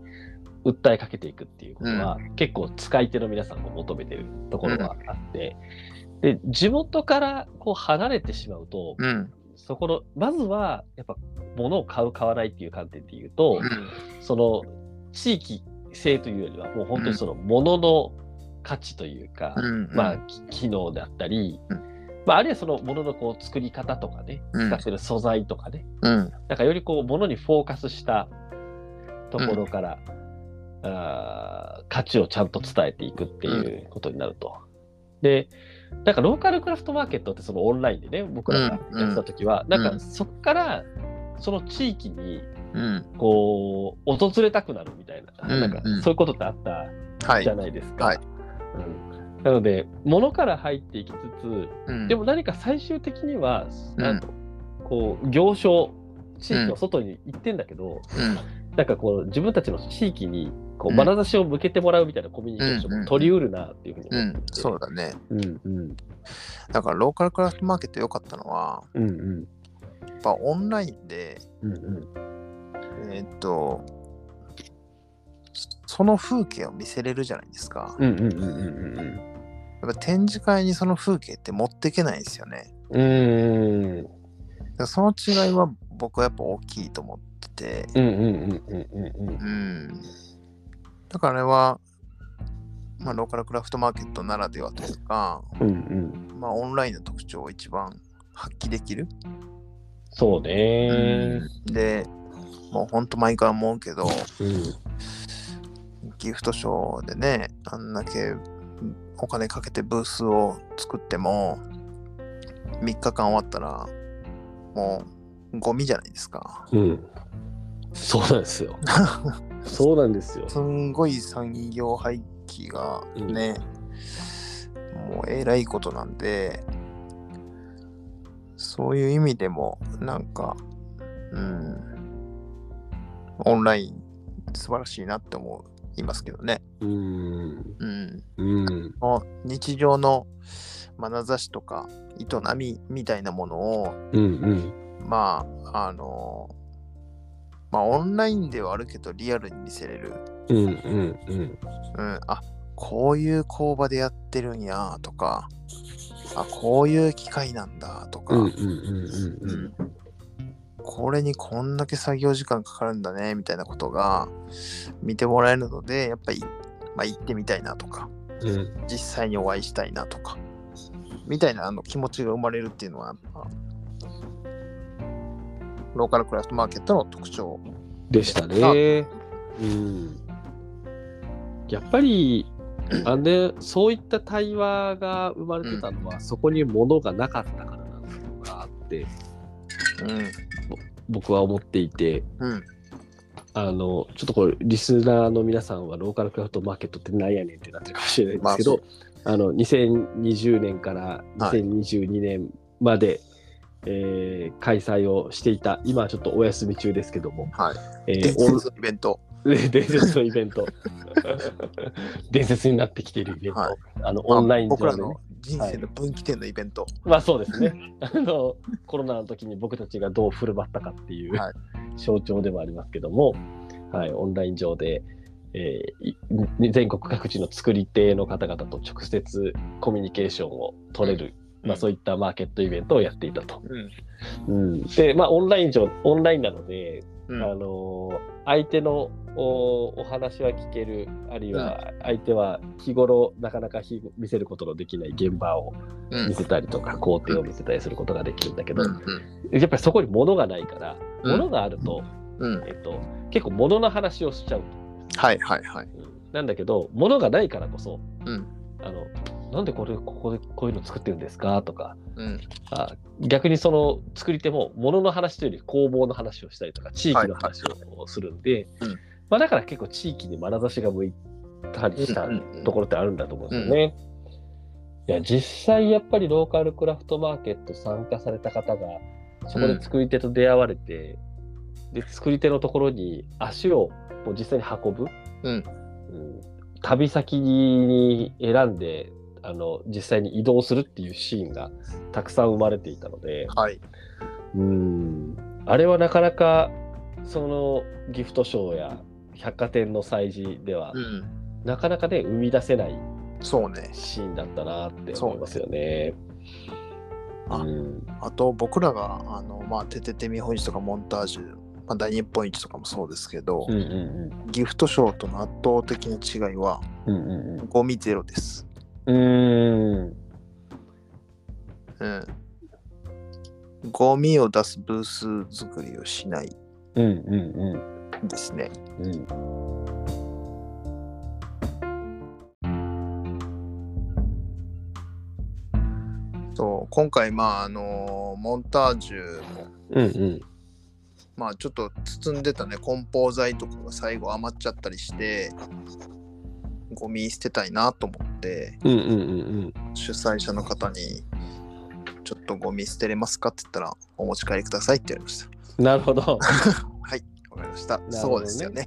S1: 訴えかけていくっていうことは、結構使い手の皆さんも求めてるところがあって、で地元からこう離れてしまうと、
S2: うん
S1: そこのまずはやっぱ物を買う買わないっていう観点で言うと、
S2: うん
S1: その地域性というよりはもう本当にその物の価値というか、
S2: うん
S1: まあ、き機能であったり、
S2: う
S1: まあ、あるいはその物のこう作り方とかね
S2: うん
S1: 使ってる素材とかね、
S2: うん
S1: なんかよりこう物にフォーカスしたところから、あー価値をちゃんと伝えていくっていうことになると。でなんかローカルクラフトマーケットってそのオンラインでね僕らがやってた時は、
S2: ん
S1: なんかそこからその地域に
S2: うん
S1: こう訪れたくなるみたいな,、
S2: うん
S1: なんか
S2: うん
S1: そういうことってあった
S2: は
S1: じゃ
S2: い。
S1: ないですか。
S2: はい
S1: うん、なので物から入っていきつつ
S2: うん
S1: でも何か最終的には、
S2: うん
S1: あのこう行商地域の外に行ってんだけど、
S2: うん
S1: なんかこう自分たちの地域にこ
S2: う
S1: うん眼差しを向けてもらうみたいなコミュニケーション
S2: うん
S1: も取りうるなっていうふうに
S2: う
S1: 思って
S2: んそうだね。
S1: うんうん
S2: だからローカルクラフトマーケット良かったのは、
S1: うんうん
S2: やっぱオンラインで、
S1: うん
S2: えーっと、その風景を見せれるじゃないですか。
S1: うんうんうんうんうん
S2: やっぱ展示会にその風景って持ってけないですよね。
S1: うんうん
S2: だからその違いは僕はやっぱ大きいと思ってて、
S1: うんうんうんうんうん
S2: うん。だからあれは、まあ、ローカルクラフトマーケットならではというか、
S1: うんうん
S2: まあ、オンラインの特徴を一番発揮できる。
S1: そうね
S2: うんで、もうほんと毎回思うけ
S1: う
S2: ど、
S1: ん
S2: ギフトショーでね、あんだけお金かけてブースを作っても、3日間終わったら、もうゴミじゃないですか。
S1: うんそうなんですよそうなんですよ
S2: すんごい産業廃棄がね、もうえらいことなんで、そういう意味でも、なんか、うん、オンライン素晴らしいなって思いますけどね。
S1: うん
S2: うん
S1: うん
S2: の日常の眼差しとか営みみたいなものを
S1: うんうん
S2: まああのまあオンラインではあるけどリアルに見せれる、
S1: うんうんうん
S2: うん、あこういう工場でやってるんやとかあこういう機械なんだとか、
S1: うんうんうんうんうん
S2: これにこんだけ作業時間かかるんだねみたいなことが見てもらえるのでやっぱり、まあ、行ってみたいなとか
S1: うん
S2: 実際にお会いしたいなとかみたいなあの気持ちが生まれるっていうのはやっぱローカルクラフトマーケットの特徴
S1: でしたね。うん、やっぱりあでそういった対話が生まれてたのは、そこに物がなかったからなんだろうなって僕は思っていて
S2: うん。うん。
S1: あのちょっとこれリスナーの皆さんはローカルクラフトマーケットってなんやねんってなってるかもしれないんですけど、あ、の2020年から2022年まで、えー開催をしていた今はちょっとお休み中ですけども、
S2: はい。
S1: えー
S2: 伝
S1: オン
S2: 説のイベント。
S1: ね伝説のイベン ト伝説になってきているイベント、
S2: はい
S1: あのオンライン
S2: まあ
S1: 上
S2: 僕ら
S1: で、ね
S2: の、人生の分岐点のイベント。
S1: まあそうですねあのコロナの時に僕たちがどう振る舞ったかっていう、
S2: はい
S1: 象徴でもありますけども、はい、オンライン上で、えーい全国各地の作り手の方々と直接コミュニケーションを取れる、まあ、そういったマーケットイベントをやっていたと。
S2: うん。
S1: うん、で、まあ、オンライン上オンラインなので、
S2: うん。
S1: あのー相手のおお話は聞けるあるいは相手は日頃なかなか日見せることのできない現場を
S2: うん
S1: 見せたりとか工程を見せたりすることができるんだけど、
S2: うん
S1: やっぱりそこに物がないから、
S2: うん
S1: 物があると,、
S2: うん。
S1: えっと結構物の話をしちゃう、
S2: はいはいはい。
S1: うんなんだけど物がないからこそ、
S2: うん
S1: あのなんでこれここでこういうの作ってるんですかとか
S2: うん。
S1: あ逆にその作り手も物の話というより工房の話をしたりとか地域の話をするんで、
S2: うん
S1: まあ、だから結構地域に眼差しが向いたりしたところってあるんだと思うんですよね。いや実際やっぱりローカルクラフトマーケット参加された方がそこで作り手と出会われて、で作り手のところに足をこう実際に運ぶ、
S2: うん
S1: うん旅先に選んであの実際に移動するっていうシーンがたくさん生まれていたので
S2: はい。
S1: うんあれはなかなかそのギフトショーや百貨店の催事では、
S2: うん。
S1: なかなかね生み出せない
S2: そうね。
S1: シーンだったなって思いますよね。
S2: あ
S1: うん
S2: あと僕らが、あの、まあ、ててて見本市とかモンタージュ、まあ、大日本一とかもそうですけど、
S1: うんうん
S2: ギフトショーとの圧倒的な違いは、
S1: うんうんうん
S2: ゴミゼロです。
S1: うんう
S2: うん。ゴミを出すブース作りをしない
S1: ーんうんうん
S2: ですね。
S1: うんうん
S2: そう今回、まあ、あの、モンタージュも、
S1: うんうん
S2: まあ、ちょっと包んでたね、梱包材とかが最後余っちゃったりして、ゴミ捨てたいなと思って、
S1: うんうんうん
S2: 主催者の方に、ちょっとゴミ捨てれますかって言ったら、お持ち帰りくださいって言われました。
S1: うんなるほ ど
S2: はい、わかりました。
S1: ほどね
S2: そうですよね。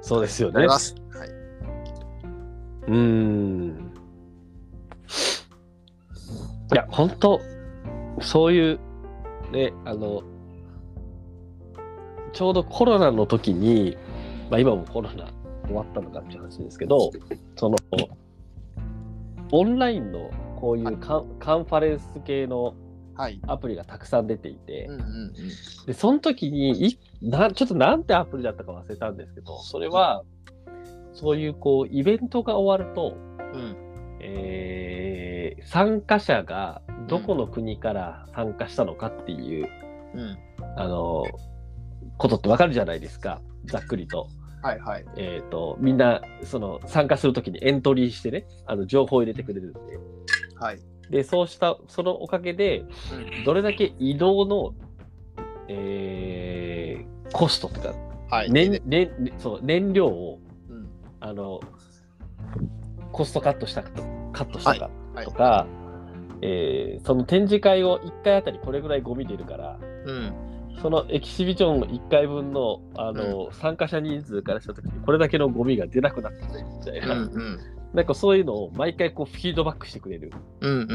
S1: そうですよ
S2: な
S1: ね
S2: り。ます。はい。
S1: うんいや本当そういうねあのちょうどコロナの時に、まあ、今もコロナ終わったのかっていう話ですけどそのオンラインのこういうカンカンファレンス系の
S2: はい。
S1: アプリがたくさん出ていて
S2: うんうんうん。
S1: でその時にいなちょっとなんてアプリだったか忘れたんですけどそれはそういうこうイベントが終わると、
S2: うん、
S1: えー参加者がどこの国から参加したのかっていう、
S2: うん。
S1: あのことってわかるじゃないですかざっくりと,、
S2: はいはい。
S1: えー、とみんなその参加するときにエントリーしてねあの情報を入れてくれるんで
S2: はい。
S1: でそうしたそのおかげで
S2: うん
S1: どれだけ移動の、えーコストとか
S2: はい。
S1: 燃燃そう燃料を
S2: うん。
S1: あのコストカットしたかとカットしたか
S2: はい
S1: とか、えーその展示会を1回あたりこれぐらいゴミ出るから
S2: うん。
S1: そのエキシビジョン1回分のあの、参加者人数からした時にこれだけのゴミが出なくなってたみたいうな、
S2: んうん。
S1: なんかそういうのを毎回こうフィードバックしてくれる
S2: うんう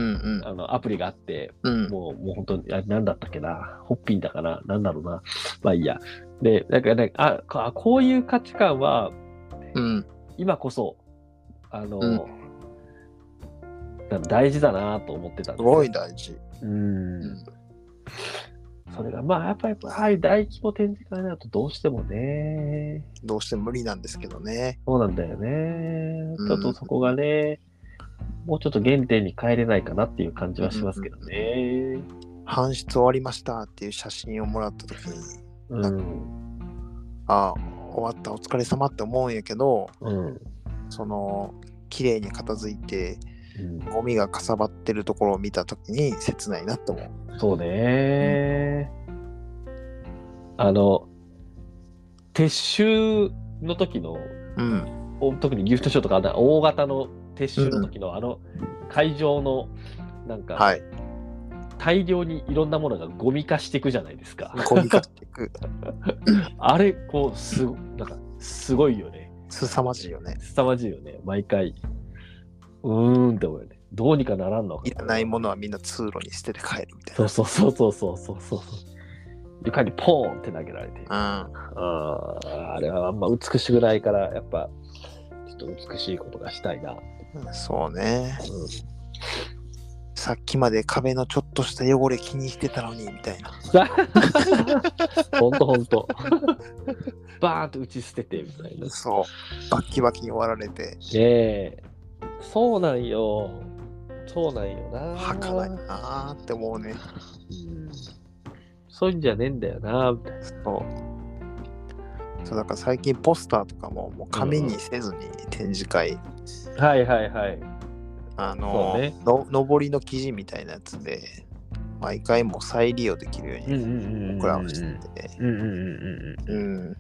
S2: ん
S1: あのアプリがあって
S2: うん。うん。
S1: もうもう本当にあ何だったっけなホッピーだかな何だろうなまあいいやでなんかねあこあこういう価値観は
S2: うん。
S1: 今こそあの、
S2: うん
S1: だ大事だなと思ってたん
S2: す
S1: です
S2: ごい大事。
S1: うん
S2: うん
S1: それがまあやっぱりああいう大規模展示会になるとどうしてもね
S2: どうしても無理なんですけどね。
S1: そうなんだよね
S2: うん
S1: ちょっとそこがね、もうちょっと原点に帰れないかなっていう感じはしますけどね
S2: 搬出終わりましたっていう写真をもらった時に、
S1: うん
S2: ああ、終わった、お疲れ様って思うんやけど、
S1: うん
S2: その綺麗に片付いてゴミがかさばってるところを見た時に切ないなって思う
S1: そうね、あの、撤収の時の、
S2: うん
S1: お特にギフトショーとかあんな大型の撤収の時の、あの会場のなんか、
S2: はい
S1: 大量にいろんなものがゴミ化していくじゃないですか。
S2: ゴミ化していく
S1: あれこうすごなんかすごいよね。
S2: 凄まじいよね
S1: 凄まじいよね。毎回。うーんって思うよね。どうにかならんのか
S2: いらないものはみんな通路に捨てて帰るみたい
S1: そうそうそうそうそうそうそう。床にポーンって投げられている。
S2: なうん
S1: あーあれはあんま美しくないから、やっぱちょっと美しいことがしたいな。
S2: そうね
S1: うん
S2: さっきまで壁のちょっとした汚れ気にしてたのにみたいな
S1: ほんとほんと。バーンと打ち捨ててみたいな。ね
S2: そうバッキバキに割られて
S1: え。そうなんよ。そうなんよな。
S2: 儚いなーって思うね
S1: うんそういうんじゃねえんだよな、みたいな。
S2: そうそうだから最近ポスターとかももう紙にせずに展示会、
S1: はいはいはい。
S2: あの
S1: そうね
S2: の上りの記事みたいなやつで毎回もう再利用できるように
S1: ん
S2: 僕らはしてて
S1: うんうんうん
S2: うん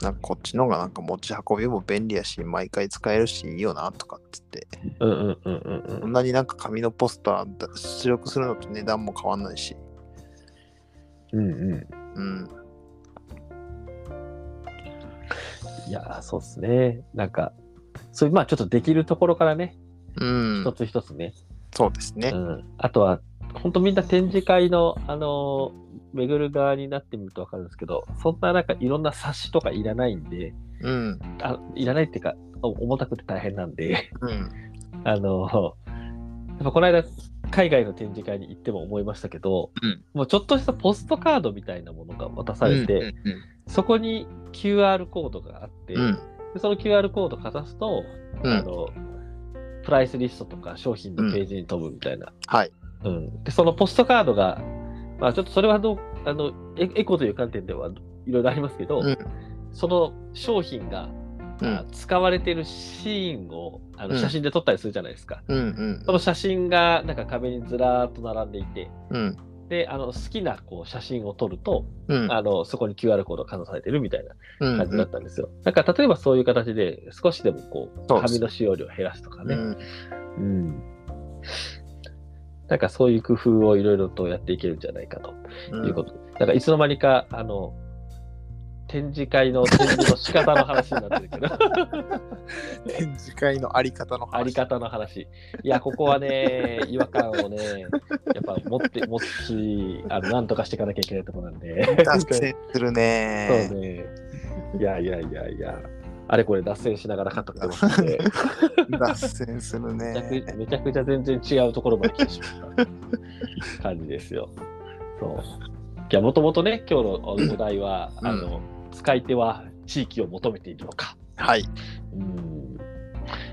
S2: なんかこっちの方がなんか持ち運びも便利やし毎回使えるしいいよなとかって言って
S1: うんうんうんうんうんうん
S2: こんなになんか紙のポスターだ出力するのと値段も変わんないし
S1: うんうん
S2: うん
S1: いやーそうっすねなんかそういうまあちょっとできるところからね
S2: うん
S1: 一つ一つね、
S2: そうですね
S1: うん、あとは本当みんな展示会のあのー巡る側になってみると分かるんですけどそんななんかいろんな冊子とかいらないんで
S2: うん
S1: あいらないっていうかお重たくて大変なんで
S2: うん
S1: あのーやっぱこの間海外の展示会に行っても思いましたけど、
S2: うん
S1: もうちょっとしたポストカードみたいなものが渡されて、
S2: うん
S1: そこに QR コードがあって、
S2: うんうん
S1: でその QR コードかざすと、
S2: うん
S1: あのプライスリストとか商品のページに飛ぶみたいな、
S2: はい
S1: うんでそのポストカードが、まあ、ちょっとそれはどうあのエエコという観点ではいろいろありますけど、
S2: うん
S1: その商品が、
S2: うん
S1: あ使われてるシーンをあの
S2: うん
S1: 写真で撮ったりするじゃないですか、
S2: うんうん
S1: その写真がなんか壁にずらーっと並んでいて
S2: うん
S1: であの好きなこう写真を撮ると、
S2: うん
S1: あのそこに QR コードがかざされてるみたいな
S2: うん
S1: 感じだったんですよ。だから例えばそういう形で少しでもこう
S2: そうです
S1: 紙の使用量を減らすとか
S2: う
S1: ね。
S2: ん
S1: うんなんかそういう工夫をいろいろとやっていけるんじゃないかと
S2: うん
S1: いうこと、なんかいつの間にかあの展示会の展示の仕方の話になってるけど
S2: 展示会のあり方の話
S1: あり方の話いやここはね違和感をねやっぱ持って持つしあのなんとかしていかなきゃいけないところなんで
S2: 達成するね
S1: そうね。いやいやいやいや。あれこれ脱線しながらカットかけましたんで、
S2: 脱線する
S1: めちゃ
S2: ね
S1: くめちゃくちゃ全然違うところまで来てしまった感じですよ。そう。いや、もともとね、今日のお題は、
S2: うん
S1: あの、使い手は地域を求めているのか。
S2: はい
S1: うん。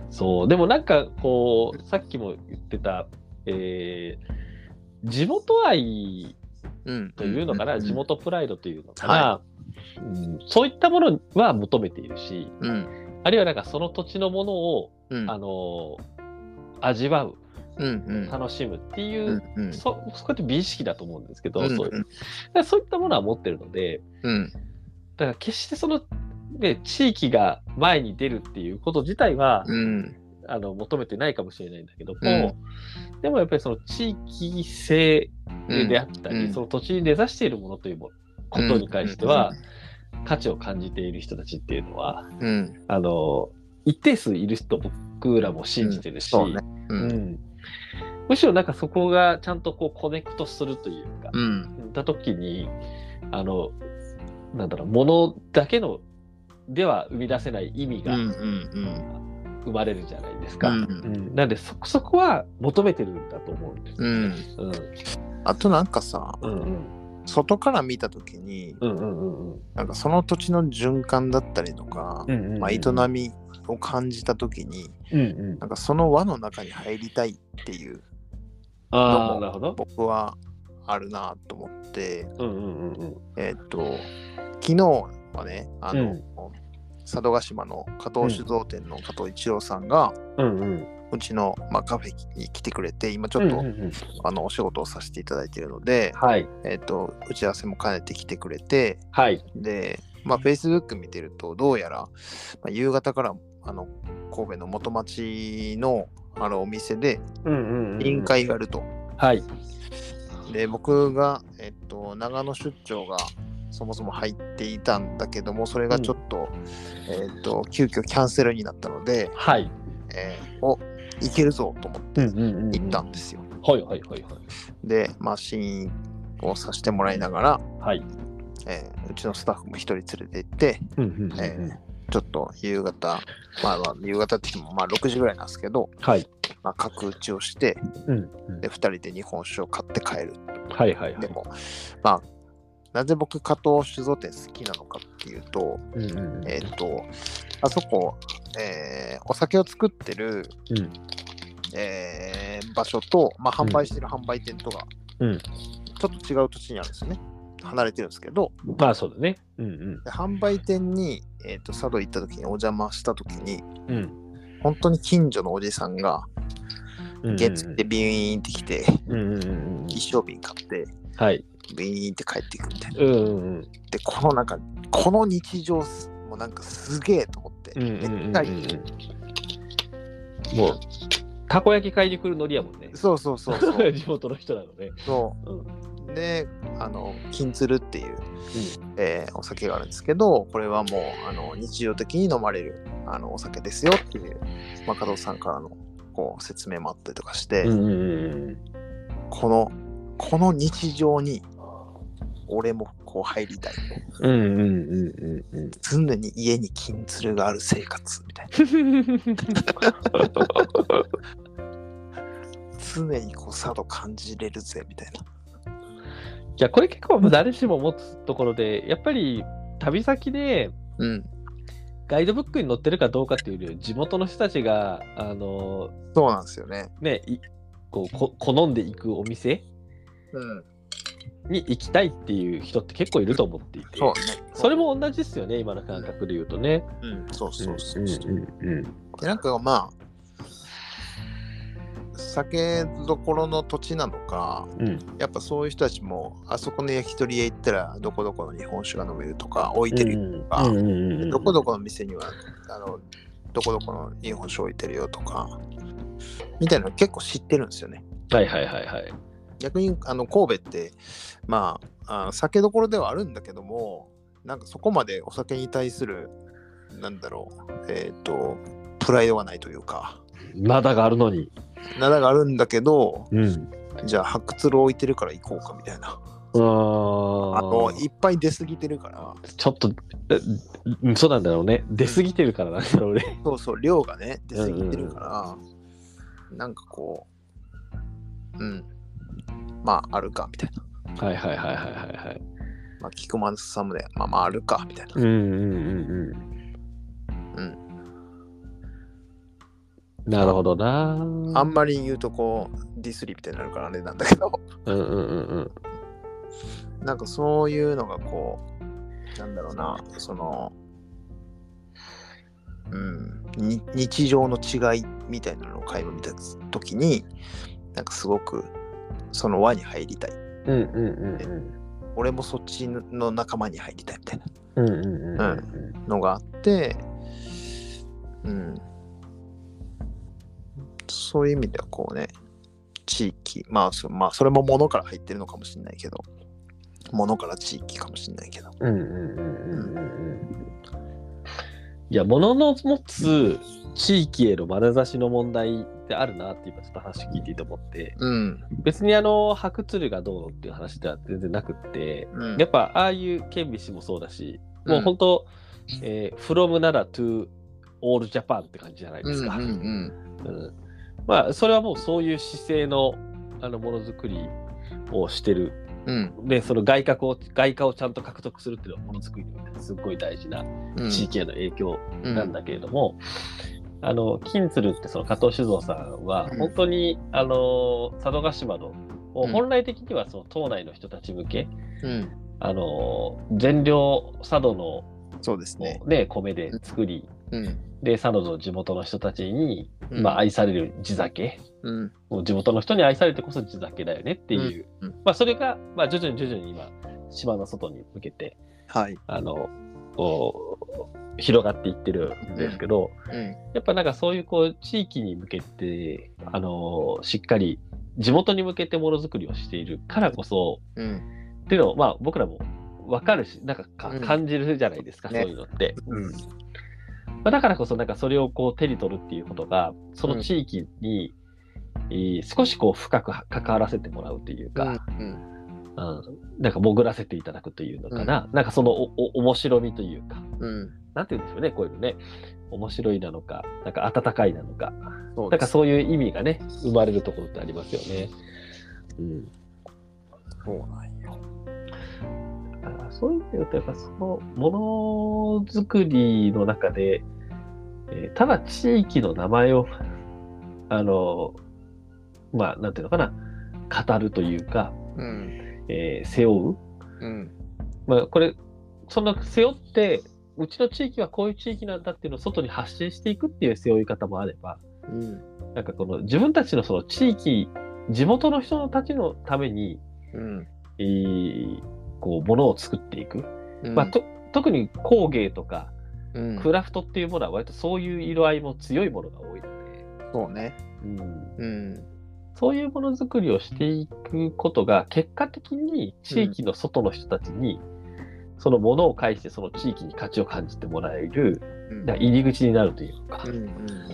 S1: そう。でもなんか、こう、さっきも言ってた、えー地元愛
S2: うん
S1: というのかな、
S2: ん
S1: 地元プライドというのかな、うん、そういったものは求めているし
S2: うん
S1: あるいはなんかその土地のものを、
S2: うん
S1: あの味わう
S2: うん
S1: 楽しむっていうう、
S2: んうん
S1: そそこって美意識だと思うんですけど、
S2: うん
S1: そうだからそういったものは持ってるので
S2: うん
S1: だから決してその、ね、地域が前に出るっていうこと自体は、
S2: うん
S1: あの求めてないかもしれないんだけども、
S2: う
S1: でもやっぱりその地域性
S2: うん
S1: であったり、
S2: うん
S1: その土地に根ざしているものというもことに関しては、価値を感じている人たちっていうのは
S2: うん
S1: あの一定数いる人僕らも信じてるし、
S2: そうねう
S1: うんんむしろなんかそこがちゃんとこうコネクトするというか、
S2: うん
S1: だ時にあのなんだろうものだけのでは生み出せない意味
S2: うんう
S1: が
S2: んうん
S1: 生まれるじゃないですか。
S2: う
S1: う
S2: ん
S1: んなんでそそこは求めてるんだと思うんです
S2: う
S1: よ
S2: ん
S1: うん
S2: あとなんかさ
S1: うんうん
S2: 外から見た時に
S1: うんうんうんうん
S2: なんかその土地の循環だったりとか
S1: うんうん
S2: まあ営みを感じた時に
S1: うんうん
S2: なんかその輪の中に入りたいっていう
S1: ああなるほど。
S2: 僕はあるなと思って
S1: うんうんうんうん
S2: えーっと昨日はねあの、
S1: うん
S2: 佐渡島の加藤酒造店の加藤一郎さんが、
S1: うんうん。
S2: うちの、まあ、カフェに来てくれて、今ちょ
S1: う
S2: っ
S1: ん
S2: と、
S1: うんうん
S2: あのお仕事をさせていただいているので、
S1: はい。
S2: えっと打ち合わせも兼ねて来てくれて、
S1: はい。
S2: で、まあ、Facebook 見てると、どうやら、まあ、夕方からあの神戸の元町のあのお店で
S1: うんうんうん。
S2: 委員。会があると。
S1: はい。
S2: で、僕が、えっと、長野出張がそもそも入っていたんだけども、それがちょっと、えっと、急遽キャンセルになったので、
S1: はい。
S2: えーおいけるぞと思って
S1: うんうんうん。
S2: 行ったんですよ。
S1: はいはいはいはい。
S2: で、まあ、試飲をさせてもらいながら、
S1: はい。
S2: えーうちのスタッフも一人連れて行って、
S1: うんうんうん
S2: え
S1: う
S2: ー
S1: ん。
S2: ちょっと夕方、まあ、まあ夕方って言ってもまあ6時ぐらいなんですけど、
S1: はい。
S2: まあ、角打ちをして
S1: うんうん
S2: で2人で日本酒を買って帰る。
S1: はいはいは
S2: で
S1: い。
S2: も、まあ、なぜ僕加藤酒造店好きなのかっていうと、
S1: うんうんうん
S2: えっ、とあそこ、えーお酒を作ってる、
S1: うん
S2: えー場所と、まあ、販売してる販売店とが、
S1: うん
S2: ちょっと違う土地にあるんですよね離れてるんですけど
S1: まあそうだね。うん
S2: で販売店に、えー、と佐渡行った時にお邪魔した時に
S1: うん。うん
S2: 本当に近所のおじさんが
S1: うんうん。
S2: 月ってビーンってきて、
S1: うんうんうんうん。
S2: 一生瓶買って
S1: はい。
S2: ビーンって帰っていくみたい
S1: う
S2: な
S1: んうんうん。
S2: でこのなんかこの日常すもうなんかすげえと思って、
S1: うんうんうんうん
S2: め
S1: う
S2: っ
S1: ん
S2: ちゃいい
S1: もう、たこ焼き買いに来るノリやもんね。
S2: そうそうそうそ う
S1: 地元の人なのね。
S2: そう
S1: うん。
S2: であの金鶴っていう、えーお酒があるんですけどこれはもうあの日常的に飲まれるあのお酒ですよっていう、まあ、加藤さんからのこう説明もあったりとかして、
S1: うんうんうんうん。
S2: このこの日常に俺もこう入りたい
S1: うんうんうんうんうん。
S2: 常に家に金鶴がある生活みたいな常にこう佐渡感じれるぜみたいな。
S1: いやこれ結構誰しも持つところでやっぱり旅先で
S2: うん、
S1: ガイドブックに載ってるかどうかっていうよりは地元の人たちがあの
S2: そうなんですよね。
S1: ねいこうこ好んでいくお店
S2: うん、
S1: に行きたいっていう人って結構いると思っていて
S2: そうね。
S1: それも同じですよね今の感覚で言うとね。
S2: うん、そうそうそううんそう。
S1: うんうん
S2: でなんかまあ酒どころの土地なのか
S1: うん
S2: やっぱそういう人たちもあそこの焼き鳥屋行ったらどこどこの日本酒が飲めるとか置いてる、か
S1: うんうんうんうん
S2: どこどこの店にはあのどこどこの日本酒置いてるよとかみたいなの結構知ってるんですよね
S1: はいはいはいはい。
S2: 逆にあの神戸ってまああの酒どころではあるんだけどもなんかそこまでお酒に対するなんだろうえっ、とプライドがないというか
S1: まだがあるのに。
S2: 灘があるんだけど
S1: うん。
S2: じゃあ白鶴置いてるから行こうかみたいな
S1: あ
S2: あのいっぱい出過ぎてるから
S1: ちょっと、えうんそうなんだろうね。出過ぎてるからなんだろうね。
S2: そうそう量がね出過ぎてるから、なんかこううんまああるかみたいな、
S1: はいはいはいはいはいはい。
S2: まあ、菊間さんもねまあまああるかみたいな、
S1: うんうんうんうん。
S2: うん。
S1: なるほどな。
S2: あんまり言うとこうディスリみたいになるからねなんだけど
S1: うんうんうんうん。
S2: なんかそういうのがこうなんだろうなそのうんに日常の違いみたいなのを垣間見た時になんかすごくその輪に入りたい
S1: うんうんうん
S2: 俺もそっちの仲間に入りたいみたいな
S1: うん。うんうんうんうん
S2: のがあってうんそういう意味ではこうね地域まあそ,、まあ、それも物から入ってるのかもしれないけど物から地域かもしれないけど
S1: うんうんうんうんうん。いや、物の持つ地域への眼差しの問題ってあるなって今ちょっと話聞いていて思って、
S2: うん
S1: 別にあの、白鶴がどうのっていう話では全然なくって、
S2: うん
S1: やっぱああいう県美氏もそうだし、もう本当、えー、from なら to all Japan って感じじゃないですか。
S2: うんうんうん
S1: うんまあ、それはもうそういう姿勢のあのものづくりをしてる。
S2: うん
S1: で、その外角を、外貨をちゃんと獲得するっていうのはものづくりにおいてすっごい大事な
S2: うん
S1: 地域への影響なんだけれども、あの、金鶴ってその加藤酒造さんは
S2: うん、
S1: 本当に、あの、佐渡島の、
S2: うん
S1: 本来的にはその島内の人たち向け、
S2: うん
S1: あの全量佐渡の
S2: そうですね。
S1: で米で作り、
S2: うん。
S1: で佐野の地元の人たちに、
S2: うん
S1: まあ、愛される地酒
S2: うん。
S1: もう地元の人に愛されてこそ地酒だよねっていう、
S2: うんうん
S1: まあ、それが、まあ、徐々に徐々に今島の外に向けて
S2: はい。
S1: あのこう広がっていってるんですけど、
S2: うん。
S1: やっぱなんかそういうこう地域に向けてあのしっかり地元に向けてものづくりをしているからこそ
S2: うん。
S1: っていうのを、まあ、僕らも分かるしなんかか
S2: うん
S1: 感じるじゃないですか、
S2: ね
S1: そういうのって。まあ、だからこそなんかそれをこう手に取るっていうことがその地域に、えー少しこう深く関わらせてもらうというか、
S2: うん。
S1: うんなんか潜らせていただくというのかな、なんかそのおお面白みというか
S2: うん。
S1: なんて言うんでしょうねこういうのね面白いなのかなんか温かいなのか
S2: そう
S1: なん
S2: で
S1: か
S2: す。
S1: そういう意味がね生まれるところってありますよね。うん、
S2: そうなんよ。
S1: だからそういう意味で言うとやっぱそのものづくりの中で、えーただ地域の名前をあのまあなんていうのかな語るというか、
S2: うん。
S1: えー背負う、
S2: うん。
S1: まあ、これその背負ってうちの地域はこういう地域なんだっていうのを外に発信していくっていう背負い方もあれば
S2: うん。
S1: なんかこの自分たちのその地域地元の人たちのために、
S2: うん。
S1: えーこうものを作っていく、
S2: うん
S1: まあ、と特に工芸とか
S2: うん
S1: クラフトっていうものは割とそういう色合いも強いものが多いので、
S2: そうね。うん。
S1: そういうものづくりをしていくことが結果的に地域の外の人たちに、そのものを介してその地域に価値を感じてもらえる
S2: うん。
S1: なんか入り口になるというか
S2: う、ん。
S1: う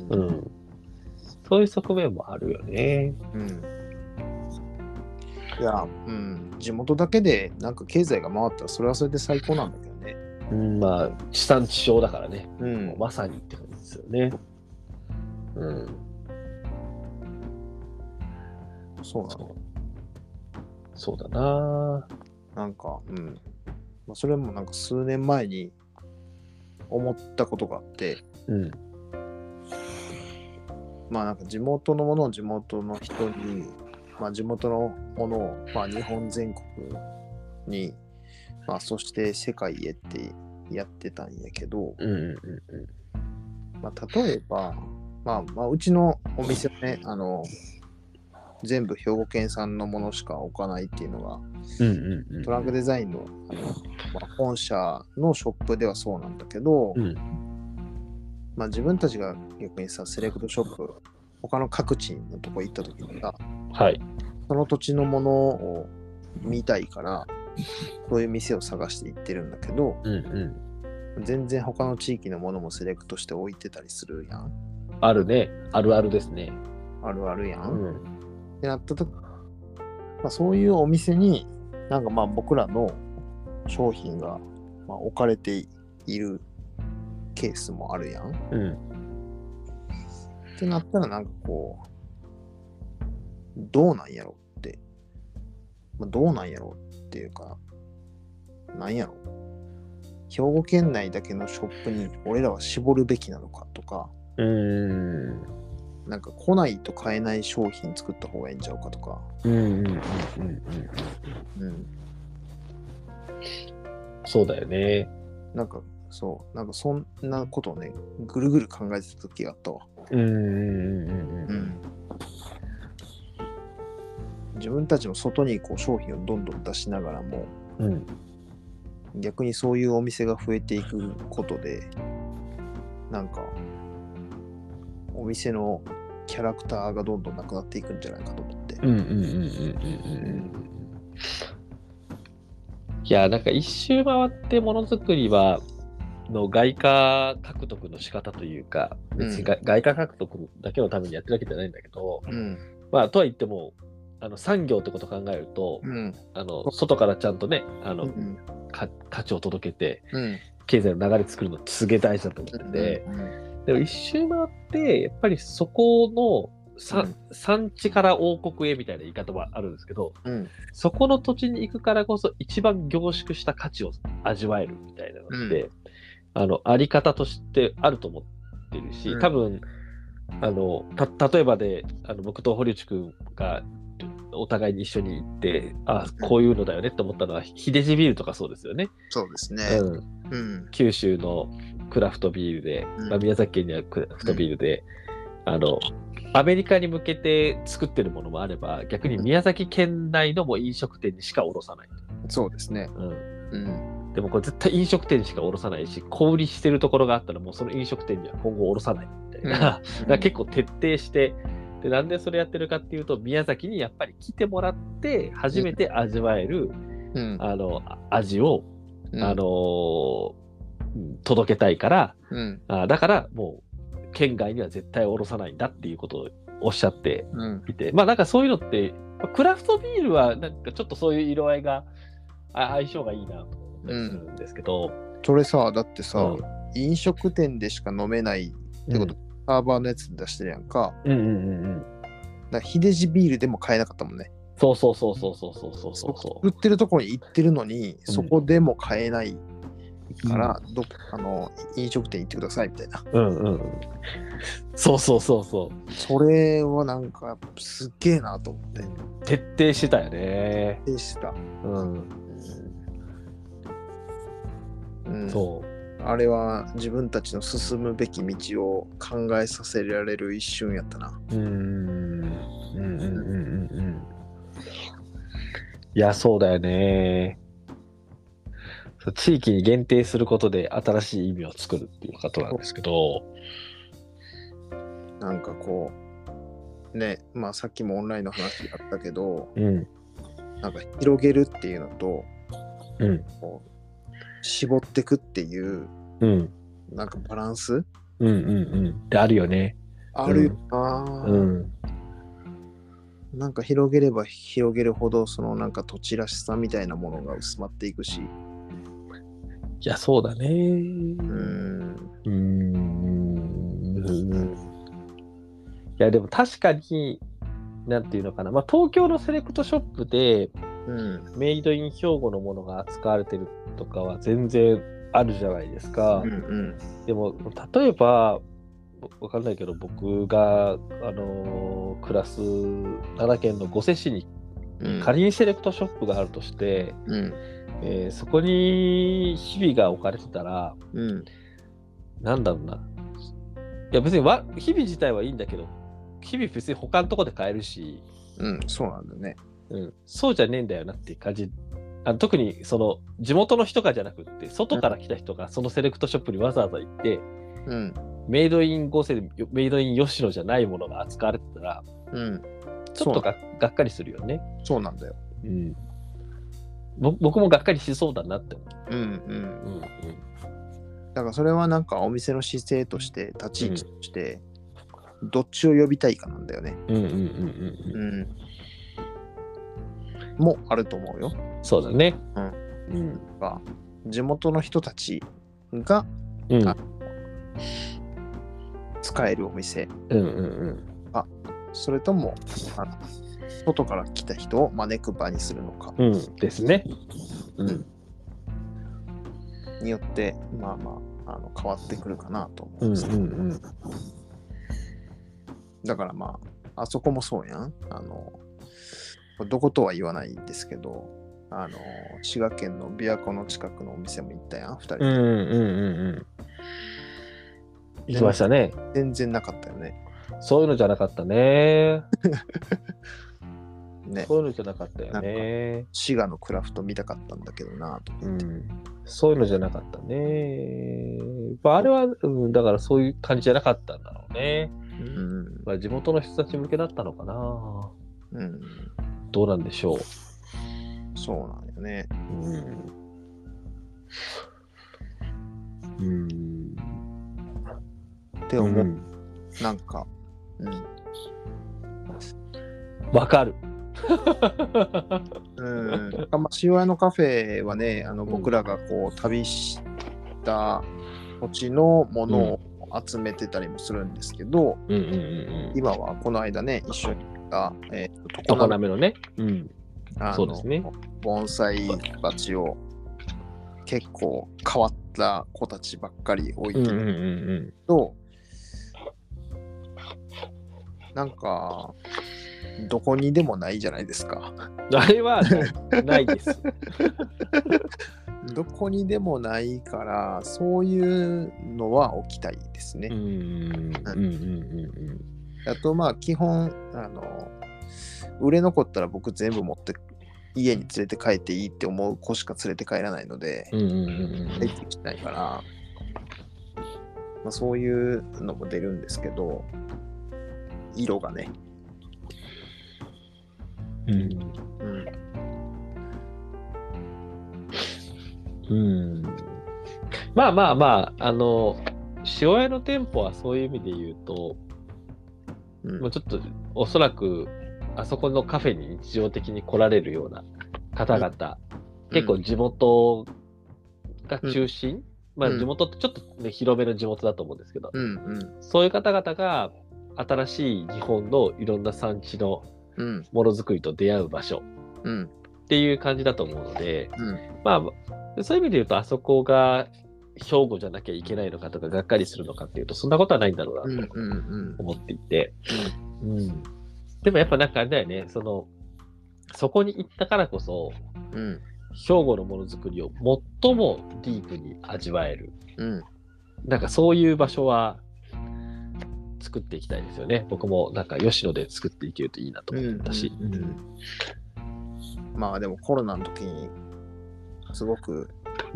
S2: うんん。
S1: そういう側面もあるよね。
S2: うん。いや、うん。地元だけで、なんか経済が回ったら、それはそれで最高なんだけどね。
S1: うん、まあ地産地消だからね、
S2: うん。
S1: まさにって感じですよね。うん
S2: そうな
S1: そ
S2: の。
S1: うそうだな
S2: なんか、うん。まあ、それもなんか数年前に思ったことがあって、
S1: うん
S2: まあなんか地元のものを地元の人に、まあ地元のものを、まあ日本全国に、まあそして世界へってやってたんやけど、
S1: うんうん
S2: まあ例えば、まあまあうちのお店はね、あの、全部兵庫県産のものしか置かないっていうのが、
S1: うんうんうんうん
S2: トランクデザインのあの、まあ、本社のショップではそうなんだけど、
S1: うん
S2: まあ、自分たちが逆にさセレクトショップ他の各地のとこ行った時にさ
S1: はい。
S2: その土地のものを見たいからそういう店を探して行ってるんだけど
S1: うんうん。
S2: 全然他の地域のものもセレクトして置いてたりするやん
S1: あるね。あるあるですね。
S2: あるあるや、
S1: うん
S2: っ
S1: ん。
S2: てなったと、まあ、そういうお店になんかまあ僕らの商品がまあ置かれているケースもあるやん
S1: うん。
S2: ってなったらなんかこうどうなんやろって、まあ、どうなんやろっていうかなんやろ兵庫県内だけのショップに俺らは絞るべきなのかとか
S1: うん。
S2: なんか来ないと買えない商品作った方がいいんちゃうかとか、
S1: うんうんうんうんうん。
S2: うん、
S1: そうだよね。
S2: なんかそうなんかそんなことをねぐるぐる考えてた時があったわ、
S1: うんうんうんうん。
S2: 自分たちも外にこう商品をどんどん出しながらも、
S1: うん。
S2: 逆にそういうお店が増えていくことでなんかお店のキャラクターがどんどんなくなっていくんじゃないかと思って
S1: うんうんうんうんうんうん。いや、なんか一周回ってものづくりは、の外貨獲得の仕方というか、別にが外貨獲得だけのためにやってるわけじゃないんだけど、
S2: うん
S1: まあ、とは言っても、あの産業ってことを考えると、
S2: うん
S1: あの外からちゃんとねあ
S2: う
S1: の、
S2: ん
S1: か価値を届けて
S2: うん
S1: 経済の流れ作るのってすげえ大事だと思ってて、でも一周回ってやっぱりそこのさ、
S2: うん
S1: 産地から王国へみたいな言い方もあるんですけど
S2: うん
S1: そこの土地に行くからこそ一番凝縮した価値を味わえるみたいなのって、あのあり方としてあると思ってるし、
S2: うん
S1: 多分あのた例えばであの僕と堀内くんがお互いに一緒に行って、あこういうのだよねって思ったのは、秀地ビールとかそうですよね。
S2: そうですね。
S1: うん、
S2: うん。
S1: 九州のクラフトビールで、
S2: うん
S1: まあ、宮崎県にはクラフトビールで、あの、アメリカに向けて作ってるものもあれば、逆に宮崎県内のもう飲食店にしか卸さない。
S2: そうですね。
S1: うん
S2: うん。
S1: でもこれ絶対飲食店しか卸さないし、小売りしてるところがあったら、もうその飲食店には今後卸さないみたいな、 だか
S2: う
S1: ら
S2: ん
S1: 結構徹底して、で、なんでそれやってるかっていうと、宮崎にやっぱり来てもらって、初めて味わえる、
S2: うん
S1: あの、あ味を、
S2: うん
S1: あのーうん届けたいから、
S2: うん。
S1: あだからもう、県外には絶対卸さないんだっていうことをおっしゃって
S2: うん。
S1: いて、まあなんかそういうのって、まあクラフトビールはなんかちょっとそういう色合いが、あ相性がいいなと思ったりするんですけど、
S2: それさ、だって
S1: う
S2: さ
S1: ん、
S2: 飲食店でしか飲めないってこと、サーバーのやつ出してるやんか。
S1: うんうんうんうん。
S2: だから秀治ビールでも買えなかったもんね。
S1: そうそうそうそうそうそうそうそうそ
S2: 売ってるところに行ってるのに、
S1: うん
S2: そこでも買えないから、どあの飲食店行ってくださいみたいな。
S1: う。うんうん。そうそうそうそ
S2: それはなんかすっげえなと思って。
S1: う。徹底してたよね。
S2: でした。
S1: うん。
S2: うん、
S1: そう。
S2: あれは自分たちの進むべき道を考えさせられる一瞬やったな。
S1: うーん。うんうんうんうんうん。いや、そうだよね。そう地域に限定することで新しい意味を作るっていうことなんですけど。
S2: なんかこう、ね、まあさっきもオンラインの話あったけど、
S1: うん。
S2: なんか広げるっていうのと、
S1: うん。
S2: こう絞ってくっていう、
S1: うん。
S2: なんかバランス
S1: うんうんうん。ってあるよね。
S2: あるよな、
S1: うん。
S2: なんか広げれば広げるほど、そのなんか土地らしさみたいなものが薄まっていくし、
S1: いや、そうだね。
S2: うーん、
S1: うーんいやでも確かになんていうのかな、まあ、東京のセレクトショップで
S2: うん、
S1: メイドイン兵庫のものが扱われてるとかは全然あるじゃないですか
S2: うん、う、ん、
S1: でも例えばわかんないけど僕が、あのー暮らす奈良県の御所市に
S2: うん、
S1: 仮にセレクトショップがあるとして、
S2: うん、
S1: えーそこに日々が置かれてたら
S2: うん、
S1: なんだろうな。いや別にわ日々自体はいいんだけど、日々別に他のとこで買えるし、
S2: うん、そうなんだね。
S1: うん、そうじゃねえんだよなっていう感じ。あの特にその地元の人がじゃなくって、外から来た人がそのセレクトショップにわざわざ行って、
S2: うん、
S1: メイドイン合成でメイドイン吉野じゃないものが扱われてたら、
S2: うん、
S1: ちょっとががっかりするよね。
S2: そうなんだよ。
S1: うんぼ僕もがっかりしそうだなって思
S2: うん、うん。
S1: う。うんうん
S2: だからそれはなんかお店の姿勢として、立ち位置として、どっちを呼びたいかなんだよね。
S1: うんうんうんうんうん。
S2: うん。もあると思うよ。
S1: そうだね。
S2: が地元の人たちが
S1: うん。うん
S2: あ使えるお店
S1: うんうんうん。
S2: それともあの外から来た人を招く場にするのか
S1: うん、ですね。うん、
S2: によってまあまああの変わってくるかなと思
S1: う
S2: うん
S1: ん、
S2: です、
S1: うん、
S2: だからまああそこもそうやんあのどことは言わないんですけどあの滋賀県の琵琶湖の近くのお店も行ったやん2人
S1: うん、うん、
S2: で、
S1: うん、うん。行きましたね。
S2: 全然なかったよね
S1: そういうのじゃなかったね。
S2: ね
S1: そういうのじゃなかったよね。
S2: 滋賀のクラフト見たかったんだけどなと
S1: う
S2: 思って、
S1: ん、そういうのじゃなかったね。まあ、あれは、うん、だからそういう感じじゃなかったんだろうね。
S2: うん
S1: まあ、地元の人たち向けだったのかな。
S2: うん、
S1: どうなんでしょう。
S2: そうなんよね
S1: うん。うん。
S2: って思う、なんか、うん
S1: わかる。
S2: うん、まあ塩屋のカフェはねあの
S1: ん
S2: 僕らがこう旅した土地のものを集めてたりもするんですけど、
S1: うん、うん、うん、うん。
S2: 今はこの間ね一緒に行った、えー、
S1: 常滑のね。うん。
S2: あの
S1: そうですね
S2: 盆栽たちを結構変わった子たちばっかり置いて
S1: うんうん
S2: るけど、なんかどこにでもないじゃないですか。
S1: あれは ないないです。
S2: どこにでもないから、そういうのは置きたいですね。
S1: うんうんうんうん
S2: あと、まあ、基本、あの、売れ残ったら僕全部持って、家に連れて帰っていいって思う子しか連れて帰らないので、
S1: うんうんうん
S2: 入ってきないから、まあ、そういうのも出るんですけど、色がね。
S1: うん
S2: うん、
S1: うんまあまあまああの塩屋の店舗はそういう意味で言うと、
S2: うん
S1: もうちょっとおそらくあそこのカフェに日常的に来られるような方々、結構地元が中心、まあ
S2: うん
S1: 地元ってちょっと、ね、広めの地元だと思うんですけど、
S2: うんうん
S1: そういう方々が新しい日本のいろんな産地の
S2: うん
S1: ものづくりと出会う場所
S2: うん
S1: っていう感じだと思うので、
S2: うん
S1: まあそういう意味で言うとあそこが兵庫じゃなきゃいけないのかとかがっかりするのかっていうとそんなことはないんだろう
S2: うん
S1: な
S2: う
S1: と
S2: んうん
S1: 思っていて、うんでもやっぱなんかあれだよねそのそこに行ったからこそ
S2: うん
S1: 兵庫のものづくりを最もディープに味わえる
S2: うん
S1: なんかそういう場所は作っていきたいですよね僕もなんか吉野で作っていけるといいなと思ってたし。
S2: うんうんまあでもコロナの時にすごく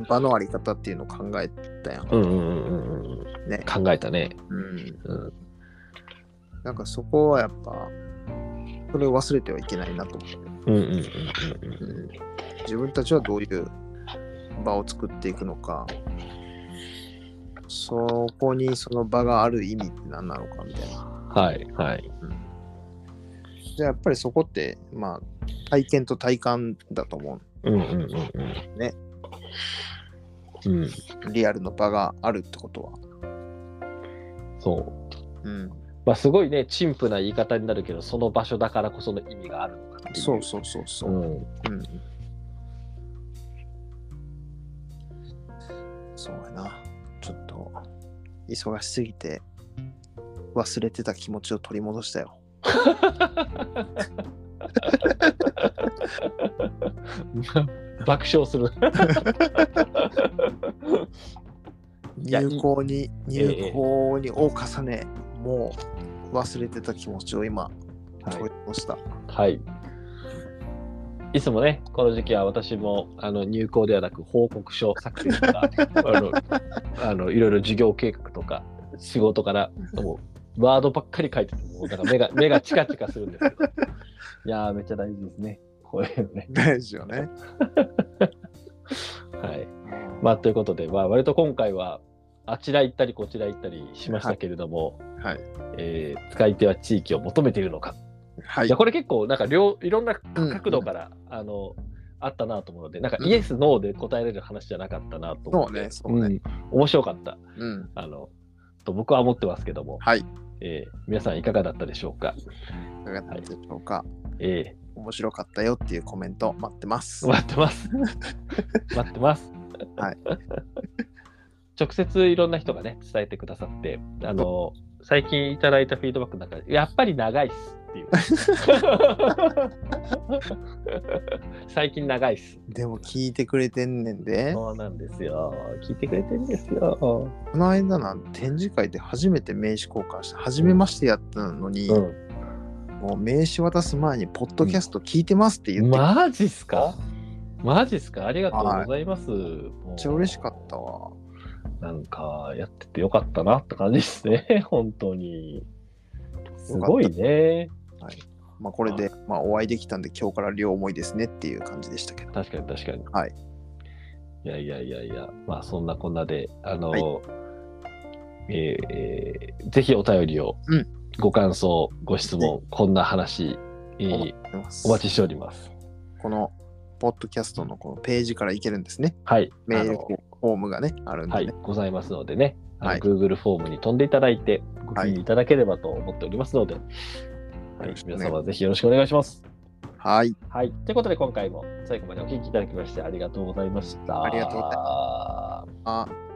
S2: 場のあり方っていうのを考えたやん。
S1: うんうんうんうんうん
S2: ね
S1: 考えたね。
S2: うん、
S1: うん
S2: なんかそこはやっぱそれを忘れてはいけないなと思って、
S1: うんうんうんうんうん
S2: うん、自分たちはどういう場を作っていくのかそこにその場がある意味って何なのかみたいな。
S1: はいはい。
S2: じゃあやっぱりそこってまあ体験と体感だと思
S1: うんうんうんうん。
S2: ね。
S1: うん、
S2: う。リアルの場があるってことは。
S1: そう。
S2: うん、
S1: まあすごいね、陳腐な言い方になるけど、その場所だからこその意味があるのかっていう。
S2: そうそうそうそう。
S1: うん。
S2: うん。そうやな。ちょっと、忙しすぎて、忘れてた気持ちを取り戻したよ。
S1: 爆笑する。いや
S2: 入校に、
S1: いええ
S2: 入校にを重ね、もう忘れてた気持ちを今、取り戻した。
S1: はい。いつもね、この時期は私もあの入校ではなく報告書作成と かあのあの、いろいろ授業計画とか、仕事から、もうワードばっかり書いてて、もうなんか目が目がチカチカするんですけど、いやー、めっちゃ大事ですね、こういうのね。
S2: 大事よね。
S1: はいまあ、ということで、まあ、割と今回は、あちら行ったり、こちら行ったりしましたけれども、
S2: はい。
S1: えー使い手は地域を求めているのか
S2: はい
S1: いや。これ結構なんか両いろんな角度から、あのあったなと思うのでなんか
S2: うん
S1: イエス、ノーで答えられる話じゃなかったなと思っ
S2: そう
S1: て
S2: ね、そうね。
S1: うん面白かった
S2: うん。
S1: あのと僕は思ってますけども、
S2: はい。
S1: えー皆さんいかがだったでしょうか、
S2: いかがだったでしょうか。
S1: え
S2: 面白かったよっていうコメント待ってます
S1: ー。待ってます 待ってます
S2: はい
S1: 直接いろんな人がね伝えてくださってあの最近いただいたフィードバックの中でやっぱり長いっすっていう 最近長いっす
S2: でも聞いてくれてんねんで。
S1: そうなんですよ。聞いてくれてるんですよ。
S2: この間なんて展示会で初めて名刺交換して初めましてやったのに、
S1: う
S2: もう名刺渡す前に「ポッドキャスト聞いてます」って言って、めっ
S1: マジっすかマジっすかありがとうございます。めっ
S2: ちゃ嬉しかったわ
S1: た。なんか、やっててよかったなって感じですね。 本当に。すごいね。
S2: まあこれで、まあ、お会いできたんで今日から両思いですねっていう感じでしたけど
S1: 確かに確かに。
S2: はい。
S1: いやいやいやいや、まあそんなこんなで、あの、
S2: はい
S1: えーえーぜひお便りを、
S2: うん
S1: ご感想、ご質問、こんな話、えー
S2: お待ちしてます
S1: お待ちしております。
S2: このポッドキャストのこのページからいけるんですね
S1: はい。
S2: メー
S1: あ
S2: ル
S1: の
S2: フォームがねあるん
S1: は
S2: で
S1: い
S2: ね、
S1: ございますのでね、あの
S2: はい
S1: Google フォームに飛んでいただいて、ご記入いただければと思っておりますので、はい
S2: よろしくね
S1: 皆様ぜひよろしくお願いします。
S2: はい、
S1: はい、ということで今回も最後までお聞きいただきましてありがとうございました。
S2: ありがとうござい
S1: ます。
S2: あ